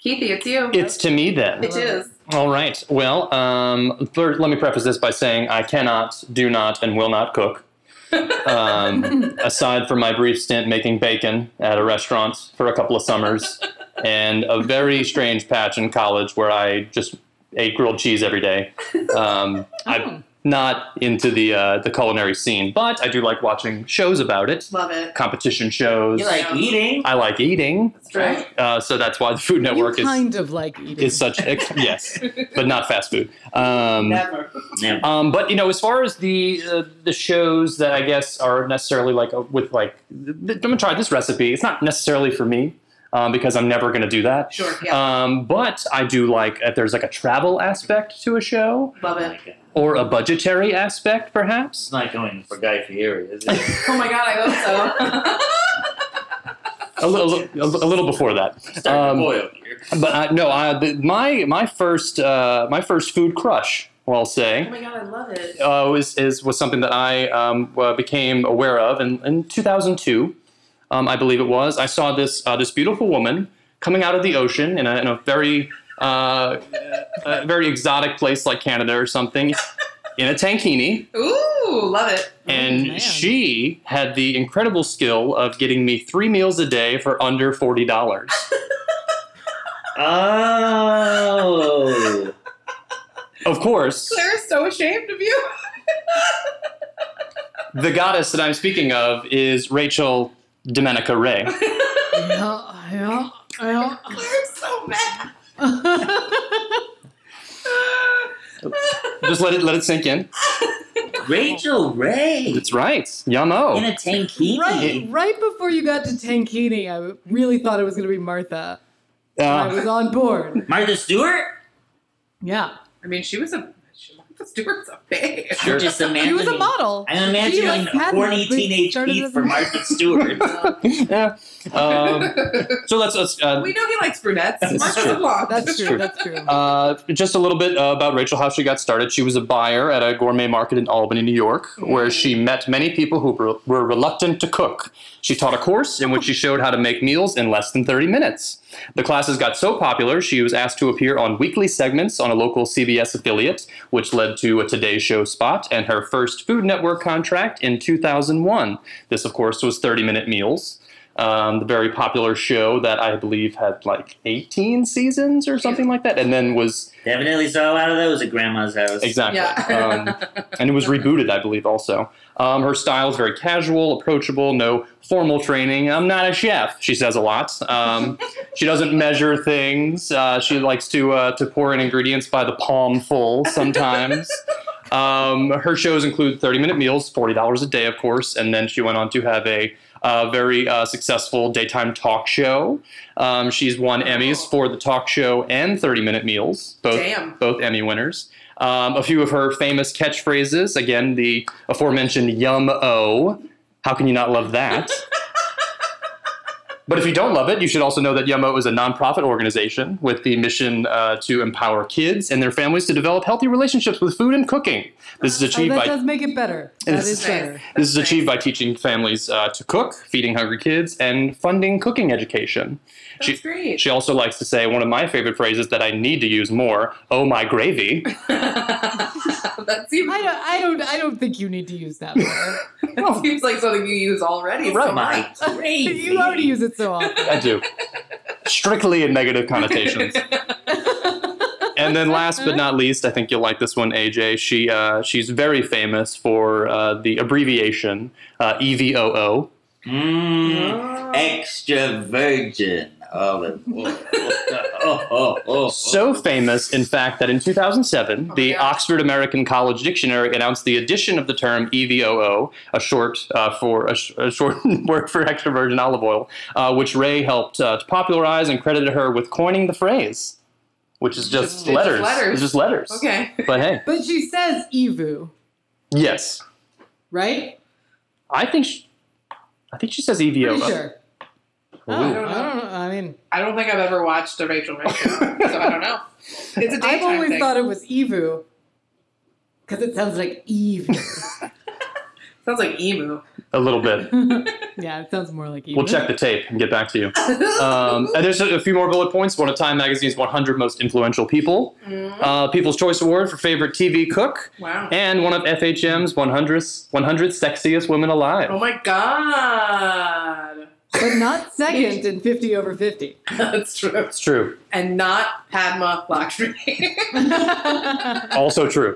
[SPEAKER 2] Keithy, it's you.
[SPEAKER 3] It's to me then.
[SPEAKER 2] it is.
[SPEAKER 3] All right. Well, um, first, let me preface this by saying I cannot, do not, and will not cook.
[SPEAKER 2] <laughs>
[SPEAKER 3] Um, aside from my brief stint making bacon at a restaurant for a couple of summers, and a very strange patch in college where I just ate grilled cheese every day.
[SPEAKER 2] <laughs>
[SPEAKER 3] Um,
[SPEAKER 4] Oh.
[SPEAKER 2] Oh.
[SPEAKER 3] I'm not into the uh, the culinary scene, but I do like watching shows about it,
[SPEAKER 2] Love it.
[SPEAKER 3] competition shows.
[SPEAKER 5] You like eating?
[SPEAKER 3] I like eating,
[SPEAKER 2] That's right.
[SPEAKER 3] uh, so that's why the Food Network
[SPEAKER 4] you
[SPEAKER 3] is
[SPEAKER 4] kind of like eating.
[SPEAKER 3] is
[SPEAKER 4] <laughs>
[SPEAKER 3] such ex- yes, but not fast food. Um,
[SPEAKER 2] Never.
[SPEAKER 5] No.
[SPEAKER 3] um, but you know, as far as the uh, the shows that I guess are necessarily like uh, with like, th- th- I'm gonna try this recipe. It's not necessarily for me um, because I'm never gonna do that.
[SPEAKER 2] Sure. Yeah.
[SPEAKER 3] Um, but I do like if there's like a travel aspect to a show
[SPEAKER 2] love
[SPEAKER 5] Oh
[SPEAKER 2] it.
[SPEAKER 5] my God.
[SPEAKER 3] or a budgetary aspect, perhaps. <laughs>
[SPEAKER 5] It's not going for Guy Fieri, is it?
[SPEAKER 2] Oh my god, I hope so.
[SPEAKER 3] A, li- a, li- a li- a little before that.
[SPEAKER 5] Starting
[SPEAKER 3] Um,
[SPEAKER 5] to boil here.
[SPEAKER 3] But uh, no, I, the, my my first uh, my first food crush, well, I'll
[SPEAKER 2] <laughs>
[SPEAKER 3] say.
[SPEAKER 2] oh my god, I love it.
[SPEAKER 3] uh, was, is, was something that I um, uh, became aware of in, in 2002, um, I believe it was. I saw this, uh, this beautiful woman coming out of the ocean in a, in a very, uh, a very exotic place like Canada or something in a tankini.
[SPEAKER 2] Oh, Ooh, love it.
[SPEAKER 3] And
[SPEAKER 4] man.
[SPEAKER 3] she had the incredible skill of getting me three meals a day for under $40.
[SPEAKER 5] Oh.
[SPEAKER 3] Of course,
[SPEAKER 2] Claire is so ashamed of you. <laughs>
[SPEAKER 3] the goddess that I'm speaking of is Rachel Domenica Ray.
[SPEAKER 4] yeah, yeah,
[SPEAKER 2] Claire's so mad.
[SPEAKER 3] <laughs>
[SPEAKER 4] yeah.
[SPEAKER 3] Just let it let it sink in.
[SPEAKER 5] Rachel Ray
[SPEAKER 3] It's right. Yamo.
[SPEAKER 5] in a tankini.
[SPEAKER 4] right, right before you got to Tankini, I really thought it was going to be Martha. I was
[SPEAKER 3] Uh,
[SPEAKER 4] on board.
[SPEAKER 5] Martha Stewart?
[SPEAKER 4] Yeah.
[SPEAKER 2] I mean, she was a. she- Martha Stewart's a bitch.
[SPEAKER 5] I'm just imagining.
[SPEAKER 4] She was a model.
[SPEAKER 5] I'm imagining
[SPEAKER 4] She, like, had
[SPEAKER 5] horny
[SPEAKER 4] one, but
[SPEAKER 5] teenage
[SPEAKER 4] started
[SPEAKER 5] feet
[SPEAKER 4] as a-
[SPEAKER 5] for Martha Stewart. <laughs>
[SPEAKER 3] <laughs> yeah. <laughs> Um, so let's let's uh,
[SPEAKER 2] <laughs> we know he likes brunettes.
[SPEAKER 3] That's
[SPEAKER 2] Martha's
[SPEAKER 3] true.
[SPEAKER 2] a blonde.
[SPEAKER 4] That's true.
[SPEAKER 3] true.
[SPEAKER 4] That's true. Oh,
[SPEAKER 3] Uh, just a little bit uh, about Rachel, how she got started. She was a buyer at a gourmet market in Albany, New York, where she met many people who were- were reluctant to cook. She taught a course in which she showed how to make meals in less than 30 minutes. The classes got so popular, she was asked to appear on weekly segments on a local CBS affiliate, which led to a Today Show spot and her first Food Network contract in 2001. This, of course, was 30 minute meals. Um, the very popular show that I believe had like 18 seasons or something like that, and then was
[SPEAKER 5] Definitely saw a lot of those at Grandma's house.
[SPEAKER 3] Exactly.
[SPEAKER 2] Yeah.
[SPEAKER 3] um, and it was rebooted, I believe, also. Um, her style is very casual, approachable, no formal training. I'm not a chef, she says a lot. Um, she doesn't measure things. Uh, she likes to, uh, to pour in ingredients by the palmful sometimes. um, her shows include 30 minute meals, $40 a day, of course, and then she went on to have a uh, very uh, successful daytime talk show. Um, she's won Emmys for the talk show and 30 minute meals, both,
[SPEAKER 2] Damn.
[SPEAKER 3] both Emmy winners. Um, a few of her famous catchphrases. Again, the aforementioned yum o. How can you not love that? but if you don't love it, you should also know that Yum O is a nonprofit organization with the mission uh, to empower kids and their families to develop healthy relationships with food and cooking. This is
[SPEAKER 4] Oh,
[SPEAKER 3] achieved
[SPEAKER 4] that
[SPEAKER 3] by
[SPEAKER 4] does make it better. That
[SPEAKER 3] It's-
[SPEAKER 4] is better.
[SPEAKER 3] this is achieved by teaching families uh, to cook, feeding hungry kids, and funding cooking education.
[SPEAKER 2] That's
[SPEAKER 3] She,
[SPEAKER 2] great.
[SPEAKER 3] she also likes to say one of my favorite phrases that I need to use more oh, my gravy.
[SPEAKER 2] <laughs> that seems
[SPEAKER 4] I don't. I don't. I don't think you need to use that. Word.
[SPEAKER 2] that seems like something you use already.
[SPEAKER 3] Right.
[SPEAKER 2] So
[SPEAKER 5] My
[SPEAKER 2] might.
[SPEAKER 5] <laughs> crazy.
[SPEAKER 4] you already use it so often.
[SPEAKER 3] I do. Strictly in
[SPEAKER 2] <laughs>
[SPEAKER 3] negative connotations. and then last but not least, I think you'll like this one, AJ. She uh, she's very famous for uh, the abbreviation uh, EVOO.
[SPEAKER 2] Uh,
[SPEAKER 5] Mm, extra virgin olive oil. <laughs> Oh, oh, oh,
[SPEAKER 3] So famous, in fact, that in 2007,
[SPEAKER 2] Oh,
[SPEAKER 3] the
[SPEAKER 2] yeah.
[SPEAKER 3] Oxford American College Dictionary announced the addition of the term E EVOO, a short uh, for a, sh- a short <laughs> word for extra virgin olive oil, uh, which Ray helped uh, to popularize and credited her with coining the phrase, which is just,
[SPEAKER 2] Just- it's
[SPEAKER 3] letters.
[SPEAKER 2] letters.
[SPEAKER 3] It's just letters.
[SPEAKER 2] Okay.
[SPEAKER 3] But hey,
[SPEAKER 4] But she says Evu,
[SPEAKER 3] yes,
[SPEAKER 4] right?
[SPEAKER 3] I think she, I think she says
[SPEAKER 4] Pretty
[SPEAKER 3] EVOO.
[SPEAKER 4] sure. Oh,
[SPEAKER 3] Ooh.
[SPEAKER 4] I don't know. I don't know. I mean,
[SPEAKER 2] I don't think I've ever watched a Rachel Ray show, so I don't know. It's a
[SPEAKER 4] <laughs>
[SPEAKER 2] daytime
[SPEAKER 4] I've always
[SPEAKER 2] thing.
[SPEAKER 4] thought it was Evu because it sounds like Eve.
[SPEAKER 2] <laughs> Sounds like emu.
[SPEAKER 3] A little bit.
[SPEAKER 4] yeah, it sounds more like Evu.
[SPEAKER 3] We'll check the tape and get back to you. Um,
[SPEAKER 4] <laughs>
[SPEAKER 3] and there's a, a few more bullet points. One of Time Magazine's 100 most influential people,
[SPEAKER 4] Mm-hmm.
[SPEAKER 2] Mm,
[SPEAKER 3] uh, People's Choice Award for favorite TV cook,
[SPEAKER 2] <laughs> wow.
[SPEAKER 3] and one of FHM's 100 100 sexiest women
[SPEAKER 2] Oh
[SPEAKER 3] alive.
[SPEAKER 2] my god. <laughs>
[SPEAKER 4] but not second in fifty over fifty.
[SPEAKER 2] That's true.
[SPEAKER 3] It's true.
[SPEAKER 2] And not Padma Lakshmi.
[SPEAKER 4] <laughs>
[SPEAKER 3] Also true.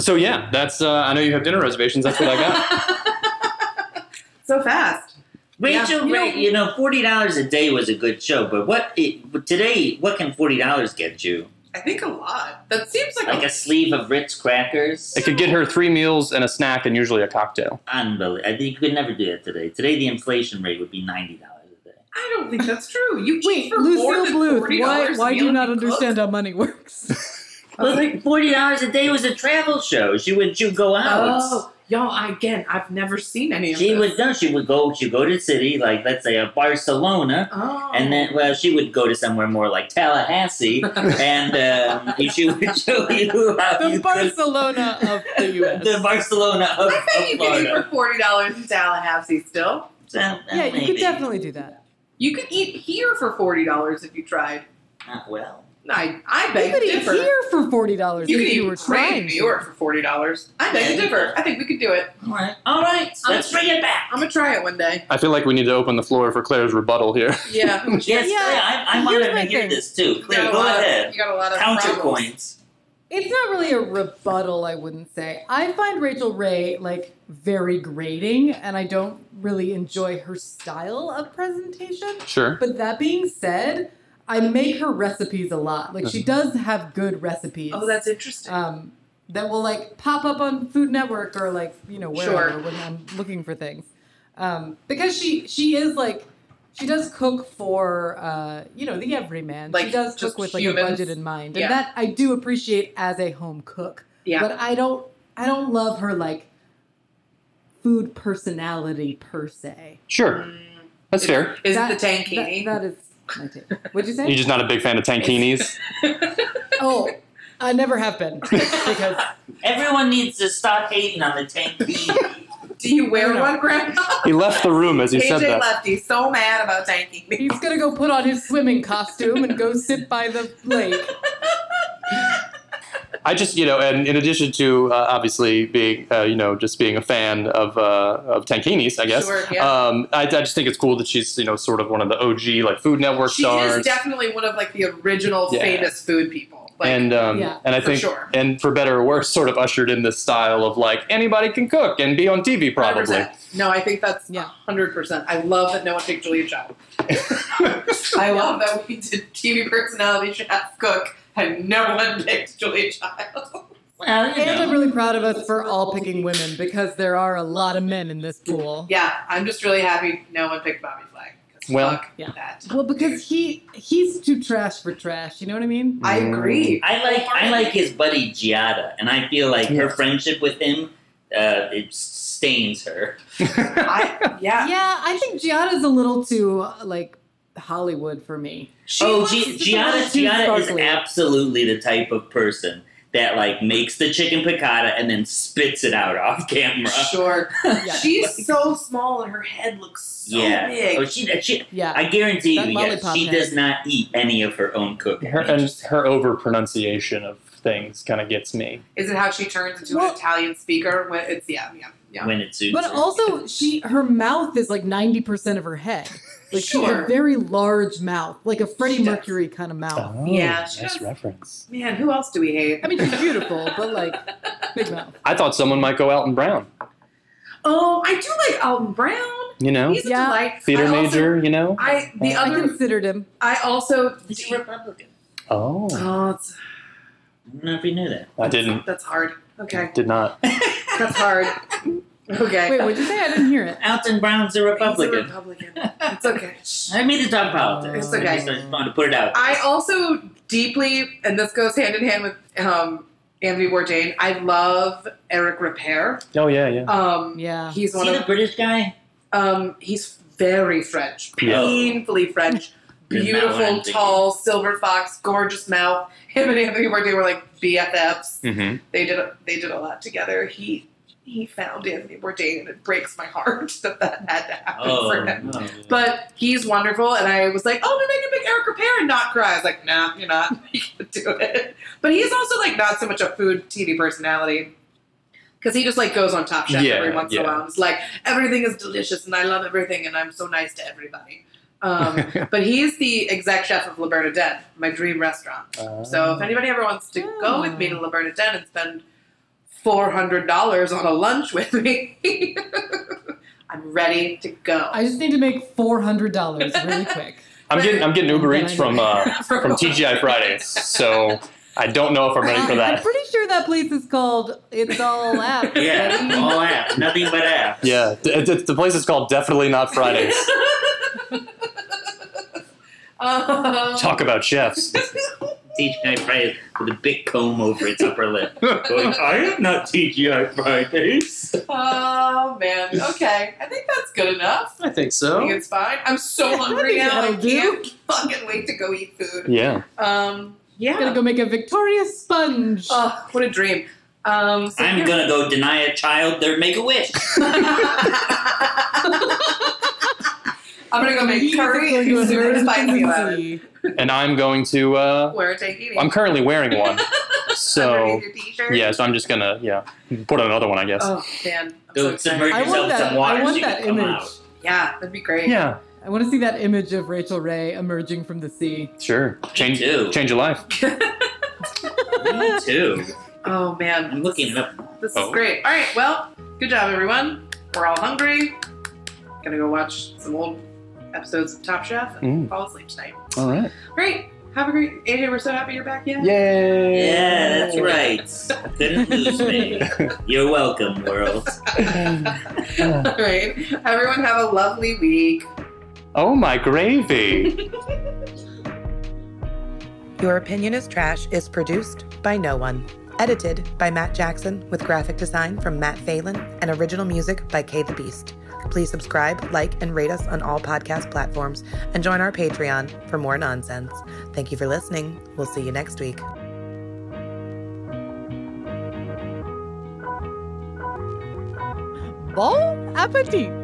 [SPEAKER 3] So yeah, that's. Uh, I know you have dinner reservations. That's what I
[SPEAKER 4] <laughs>
[SPEAKER 3] got.
[SPEAKER 2] <laughs> so fast.
[SPEAKER 5] Rachel
[SPEAKER 2] Yeah.
[SPEAKER 5] Ray, you know, forty dollars a day was a good show, but what it, today? What can forty dollars get you?
[SPEAKER 2] I think a lot. That seems like,
[SPEAKER 5] Like a sleeve of Ritz crackers?
[SPEAKER 3] It could get her three meals and a snack, and usually a cocktail.
[SPEAKER 5] Unbelievable! I think you could never do that today. Today, the inflation rate would be ninety dollars a day.
[SPEAKER 2] I don't think that's true. You eat
[SPEAKER 4] Wait,
[SPEAKER 2] for more
[SPEAKER 4] Lucille
[SPEAKER 2] than
[SPEAKER 4] Bluth.
[SPEAKER 2] $40
[SPEAKER 4] Why?
[SPEAKER 2] a
[SPEAKER 4] Why do
[SPEAKER 2] meal
[SPEAKER 4] you not
[SPEAKER 2] if cook?
[SPEAKER 4] understand how money
[SPEAKER 5] <laughs>
[SPEAKER 4] works?
[SPEAKER 2] I was
[SPEAKER 5] Well,
[SPEAKER 2] like,
[SPEAKER 5] forty dollars a day was a travel show. She would she would go out.
[SPEAKER 2] oh, y'all. I- Again, I've never seen any of
[SPEAKER 5] She
[SPEAKER 2] this.
[SPEAKER 5] would no. She would go. She would go to the city, like let's say a Barcelona,
[SPEAKER 2] Oh.
[SPEAKER 5] and then well, she would go to somewhere more
[SPEAKER 2] <laughs>
[SPEAKER 5] like Tallahassee, and um, <laughs> she would show you how
[SPEAKER 4] the
[SPEAKER 5] you could-
[SPEAKER 4] Barcelona of the U.S.
[SPEAKER 5] <laughs> the Barcelona
[SPEAKER 2] <laughs>
[SPEAKER 5] of,
[SPEAKER 2] I bet
[SPEAKER 5] of
[SPEAKER 2] you could eat for
[SPEAKER 5] Florida.
[SPEAKER 2] forty dollars in Tallahassee. Still,
[SPEAKER 5] So, uh,
[SPEAKER 4] yeah, you
[SPEAKER 5] maybe.
[SPEAKER 4] could definitely do that.
[SPEAKER 2] you could eat here for forty dollars if you tried.
[SPEAKER 5] Not well.
[SPEAKER 2] I, I
[SPEAKER 4] You
[SPEAKER 2] beg
[SPEAKER 4] could
[SPEAKER 2] to
[SPEAKER 4] eat
[SPEAKER 2] differ.
[SPEAKER 4] here for forty dollars
[SPEAKER 2] You
[SPEAKER 4] if
[SPEAKER 2] could
[SPEAKER 4] you were
[SPEAKER 2] eat great in
[SPEAKER 4] trying.
[SPEAKER 2] New
[SPEAKER 4] to.
[SPEAKER 2] York for forty dollars. I beg to differ. I think we could do it.
[SPEAKER 5] All right. All right.
[SPEAKER 2] I'm-
[SPEAKER 5] Let's bring it back.
[SPEAKER 2] I'm gonna try it one day.
[SPEAKER 3] I feel like we need to open the floor for Claire's rebuttal here. <laughs>
[SPEAKER 2] <laughs> Yeah.
[SPEAKER 5] Yes, yeah, I, I
[SPEAKER 4] here's
[SPEAKER 5] wanted to
[SPEAKER 4] my
[SPEAKER 5] hear
[SPEAKER 4] thing.
[SPEAKER 5] this too.
[SPEAKER 2] You got
[SPEAKER 5] Claire,
[SPEAKER 2] a
[SPEAKER 5] go
[SPEAKER 2] lot of-
[SPEAKER 5] ahead.
[SPEAKER 2] You got a lot of
[SPEAKER 5] Counter
[SPEAKER 2] problems.
[SPEAKER 5] points.
[SPEAKER 4] It's not really a rebuttal, I wouldn't say. I find Rachel Ray like very grating, and I don't really enjoy her style of presentation.
[SPEAKER 3] Sure.
[SPEAKER 4] But that being said, I make her recipes a lot. Like she does have good recipes.
[SPEAKER 2] Oh, that's interesting.
[SPEAKER 4] um, that will like pop up on Food Network or like you know wherever
[SPEAKER 2] Sure.
[SPEAKER 4] when I'm looking for things, um, because she she is like she does cook for uh, you know the everyman.
[SPEAKER 2] Like,
[SPEAKER 4] she does cook
[SPEAKER 2] just
[SPEAKER 4] with like a
[SPEAKER 2] humans.
[SPEAKER 4] budget in mind,
[SPEAKER 2] Yeah.
[SPEAKER 4] and that I do appreciate as a home cook.
[SPEAKER 2] yeah.
[SPEAKER 4] But I don't I don't love her like food personality per se.
[SPEAKER 3] Sure.
[SPEAKER 2] Mm.
[SPEAKER 3] That's
[SPEAKER 2] Is-
[SPEAKER 3] fair.
[SPEAKER 2] Is
[SPEAKER 4] That-
[SPEAKER 2] it the tankini?
[SPEAKER 4] That, that is my take. What'd you say?
[SPEAKER 3] You're just not a big fan of tankinis.
[SPEAKER 4] oh, I never have been because
[SPEAKER 5] Everyone needs to stop hating on the tank.
[SPEAKER 2] <laughs> Do you
[SPEAKER 4] I
[SPEAKER 2] wear
[SPEAKER 4] don't
[SPEAKER 2] one, Grandpa?
[SPEAKER 3] He left the
[SPEAKER 2] <laughs>
[SPEAKER 3] room as he
[SPEAKER 2] AJ
[SPEAKER 3] said that.
[SPEAKER 2] Lefty so mad about tankini.
[SPEAKER 4] He's gonna go put on his swimming costume and go sit by the lake.
[SPEAKER 3] I just, you know, and in addition to uh, obviously being, uh, you know, just being a fan of uh, of tankinis, <laughs> I guess.
[SPEAKER 2] Sure, yeah.
[SPEAKER 3] Um, I, I just think it's cool that she's, you know, sort of one of the OG like Food Network
[SPEAKER 2] she
[SPEAKER 3] stars.
[SPEAKER 2] is definitely one of like the original
[SPEAKER 3] Yeah.
[SPEAKER 2] famous food people. Like,
[SPEAKER 3] and um,
[SPEAKER 4] Yeah.
[SPEAKER 3] and I
[SPEAKER 2] For
[SPEAKER 3] think
[SPEAKER 2] sure.
[SPEAKER 3] and for better or worse, sort of ushered in this style of like anybody can cook and be on TV probably.
[SPEAKER 2] 100%. No, I think that's
[SPEAKER 4] Yeah.
[SPEAKER 2] hundred percent. I love that no one picked Julia Child. <laughs> I love that we did TV personality chef cook and no one picked Julia Child. <laughs>
[SPEAKER 5] Well, you
[SPEAKER 4] And I'm
[SPEAKER 5] know,
[SPEAKER 4] really proud of us for all picking women because there are a lot of men in this pool.
[SPEAKER 2] yeah, I'm just really happy no one picked Bobby Flay. 'cause
[SPEAKER 3] Well,
[SPEAKER 2] fuck
[SPEAKER 4] yeah.
[SPEAKER 2] that.
[SPEAKER 4] Well, because he he's too trash for trash. You know what I mean?
[SPEAKER 2] I agree.
[SPEAKER 5] I like I like his buddy Giada, and I feel like her friendship with him uh, it stains her.
[SPEAKER 2] I,
[SPEAKER 5] <laughs>
[SPEAKER 2] yeah.
[SPEAKER 4] Yeah, I think Giada's a little too uh, like Hollywood for me.
[SPEAKER 2] She
[SPEAKER 5] oh,
[SPEAKER 2] looks-
[SPEAKER 5] G-
[SPEAKER 4] she's a little
[SPEAKER 5] Giada,
[SPEAKER 4] too
[SPEAKER 5] Giada is
[SPEAKER 4] sparkly.
[SPEAKER 5] absolutely the type of person that like makes the chicken piccata and then spits it out off <laughs> camera.
[SPEAKER 2] Sure.
[SPEAKER 5] <laughs>
[SPEAKER 4] Yeah.
[SPEAKER 2] She's so small and her head looks so
[SPEAKER 5] yeah.
[SPEAKER 2] big.
[SPEAKER 5] Oh, she, she,
[SPEAKER 4] Yeah.
[SPEAKER 5] I guarantee
[SPEAKER 4] That
[SPEAKER 5] you, yes,
[SPEAKER 4] lollipop
[SPEAKER 5] she
[SPEAKER 4] head.
[SPEAKER 5] does not eat any of her own
[SPEAKER 3] <laughs>
[SPEAKER 5] cooking.
[SPEAKER 3] Her and her over pronunciation of things kind of gets me.
[SPEAKER 2] Is it how she turns into
[SPEAKER 4] Well-
[SPEAKER 2] an Italian speaker? When it's yeah, yeah, yeah.
[SPEAKER 5] when it suits
[SPEAKER 4] But
[SPEAKER 5] her.
[SPEAKER 4] also, she her mouth is like ninety percent of her head. Like she has a
[SPEAKER 2] Sure.
[SPEAKER 4] very large mouth, like a Freddie
[SPEAKER 2] She does.
[SPEAKER 4] Mercury kind of mouth.
[SPEAKER 2] Yeah, she does.
[SPEAKER 3] reference.
[SPEAKER 2] Man, who else do we hate?
[SPEAKER 4] I mean, she's beautiful, but like big mouth.
[SPEAKER 3] I thought someone might go Elton Brown.
[SPEAKER 2] <laughs> Oh, I do like Alton Brown.
[SPEAKER 3] You know,
[SPEAKER 2] He's
[SPEAKER 4] Yeah.
[SPEAKER 2] a delight.
[SPEAKER 3] theater
[SPEAKER 2] I also-
[SPEAKER 3] major. You know.
[SPEAKER 2] I the
[SPEAKER 4] I
[SPEAKER 2] other
[SPEAKER 4] considered him.
[SPEAKER 2] I also
[SPEAKER 5] He's a Republican.
[SPEAKER 3] oh,
[SPEAKER 2] oh it's,
[SPEAKER 5] I don't know if you knew that.
[SPEAKER 3] I didn't.
[SPEAKER 2] that's hard. Okay,
[SPEAKER 3] Did not.
[SPEAKER 4] <laughs>
[SPEAKER 2] that's hard. Okay,
[SPEAKER 4] Wait, what'd you say? I didn't hear it.
[SPEAKER 5] Alton Brown's a
[SPEAKER 2] He's a
[SPEAKER 5] Republican.
[SPEAKER 2] Republican. It's okay.
[SPEAKER 5] I didn't mean to talk politics.
[SPEAKER 2] It's okay.
[SPEAKER 5] I just wanted to put it out.
[SPEAKER 2] I also deeply, and this goes hand in hand with um, Anthony Bourdain. I love Eric Repair.
[SPEAKER 3] Oh yeah, yeah.
[SPEAKER 2] Um,
[SPEAKER 4] Yeah.
[SPEAKER 2] he's one
[SPEAKER 5] See
[SPEAKER 2] of
[SPEAKER 5] the British guy?
[SPEAKER 2] Um, he's very French,
[SPEAKER 5] Yeah.
[SPEAKER 2] painfully French.
[SPEAKER 5] <laughs> Good mouth, I'm
[SPEAKER 2] Beautiful,
[SPEAKER 5] thinking.
[SPEAKER 2] tall, silver fox, gorgeous mouth. Him and Anthony Bourdain were like BFFs.
[SPEAKER 3] Mm-hmm.
[SPEAKER 2] They did a, they did a lot together. He he found Anthony Bourdain, and it breaks my heart <laughs> that that had to happen
[SPEAKER 5] Oh,
[SPEAKER 2] for him.
[SPEAKER 5] no.
[SPEAKER 2] But he's wonderful, and I was like, oh, maybe I can pick Eric Repair and not cry. I was like, nah, you're not. <laughs> You can't do it. But he's also like not so much a food TV personality. Because he just like goes on Top Chef
[SPEAKER 3] Yeah,
[SPEAKER 2] every once in a
[SPEAKER 3] yeah.
[SPEAKER 2] while. and It's like everything is delicious, and I love everything, and I'm so nice to everybody.
[SPEAKER 3] <laughs>
[SPEAKER 2] Um, but he's the exec chef of La Bernadette, my dream restaurant.
[SPEAKER 3] Ah.
[SPEAKER 2] So if anybody ever wants to go with me to La Bernadette and spend four hundred dollars on a lunch with me, <laughs> I'm ready to go.
[SPEAKER 4] I just need to make four hundred dollars
[SPEAKER 5] <laughs>
[SPEAKER 4] really quick.
[SPEAKER 3] I'm getting I'm getting Uber
[SPEAKER 2] <laughs>
[SPEAKER 4] Then
[SPEAKER 3] Eats
[SPEAKER 4] I-
[SPEAKER 3] from uh, from TGI Fridays, so I don't know if I'm ready for
[SPEAKER 4] I'm
[SPEAKER 3] that.
[SPEAKER 4] pretty sure that place is called It's
[SPEAKER 5] <laughs>
[SPEAKER 4] All App.
[SPEAKER 5] Yeah,
[SPEAKER 4] Betty.
[SPEAKER 5] all apps. Nothing but apps.
[SPEAKER 3] Yeah, the, the- the place is called Definitely Not
[SPEAKER 2] <laughs>
[SPEAKER 3] Fridays.
[SPEAKER 2] Um,
[SPEAKER 3] Talk about chefs.
[SPEAKER 5] TGI Fridays with a big comb over its upper lip. Going, <laughs> I am not TGI Fridays.
[SPEAKER 2] Oh man. Okay. I think that's good enough.
[SPEAKER 3] I think
[SPEAKER 2] I
[SPEAKER 3] so.
[SPEAKER 2] think it's fine. I'm so
[SPEAKER 5] <laughs>
[SPEAKER 4] Yeah,
[SPEAKER 2] hungry
[SPEAKER 4] I think
[SPEAKER 2] now. I
[SPEAKER 4] that'll do.
[SPEAKER 2] can't fucking wait to go eat food.
[SPEAKER 3] Yeah.
[SPEAKER 2] Um.
[SPEAKER 4] I'm gonna
[SPEAKER 2] Yeah.
[SPEAKER 4] go make a Victoria sponge.
[SPEAKER 2] Oh, what a dream. Um. So <laughs>
[SPEAKER 5] I'm
[SPEAKER 2] here-
[SPEAKER 5] gonna go deny a child their make a wish.
[SPEAKER 2] I'm gonna go make
[SPEAKER 4] He's
[SPEAKER 2] curry
[SPEAKER 4] going to
[SPEAKER 2] and
[SPEAKER 4] American
[SPEAKER 5] <laughs>
[SPEAKER 2] super spicy about it.
[SPEAKER 4] Cuisine.
[SPEAKER 3] and I'm going to. Uh,
[SPEAKER 2] Wear a tahini.
[SPEAKER 3] I'm
[SPEAKER 2] <laughs>
[SPEAKER 3] currently wearing one, so
[SPEAKER 2] Underneath your t-shirt.
[SPEAKER 3] yeah. So I'm just gonna yeah put on another one, I guess.
[SPEAKER 2] Oh man, I'm so
[SPEAKER 5] Dude,
[SPEAKER 2] excited.
[SPEAKER 5] submerge
[SPEAKER 4] I
[SPEAKER 5] yourself
[SPEAKER 4] want
[SPEAKER 5] in
[SPEAKER 4] that.
[SPEAKER 5] some water
[SPEAKER 4] I want
[SPEAKER 5] so you
[SPEAKER 4] that
[SPEAKER 5] can come
[SPEAKER 4] image.
[SPEAKER 5] out.
[SPEAKER 2] yeah, that'd be great.
[SPEAKER 3] yeah,
[SPEAKER 4] I want to see that image of Rachel Ray emerging from the sea.
[SPEAKER 3] sure. Change
[SPEAKER 5] too.
[SPEAKER 3] change your life.
[SPEAKER 5] Me too.
[SPEAKER 2] Oh man,
[SPEAKER 5] I'm looking it up.
[SPEAKER 2] this is
[SPEAKER 3] Oh.
[SPEAKER 2] great. All right, well, good job everyone. We're all hungry. Gonna go watch some old episodes of Top Chef and
[SPEAKER 3] Mm.
[SPEAKER 2] fall asleep tonight.
[SPEAKER 3] All right.
[SPEAKER 2] Great. Have a great AJ. We're so happy you're back. Yeah.
[SPEAKER 3] Yay!
[SPEAKER 5] Yeah, that's right. Couldn't
[SPEAKER 3] <laughs>
[SPEAKER 5] lose me. You're welcome, world.
[SPEAKER 2] <laughs> All right. Everyone have a lovely week.
[SPEAKER 3] oh my gravy.
[SPEAKER 6] Your Opinion is Trash is produced by no one. Edited by Matt Jackson with graphic design from Matt Phelan and original music by Kay the Beast. Please subscribe, like, and rate us on all podcast platforms and join our Patreon for more nonsense. Thank you for listening. We'll see you next week.
[SPEAKER 4] Bon appetit!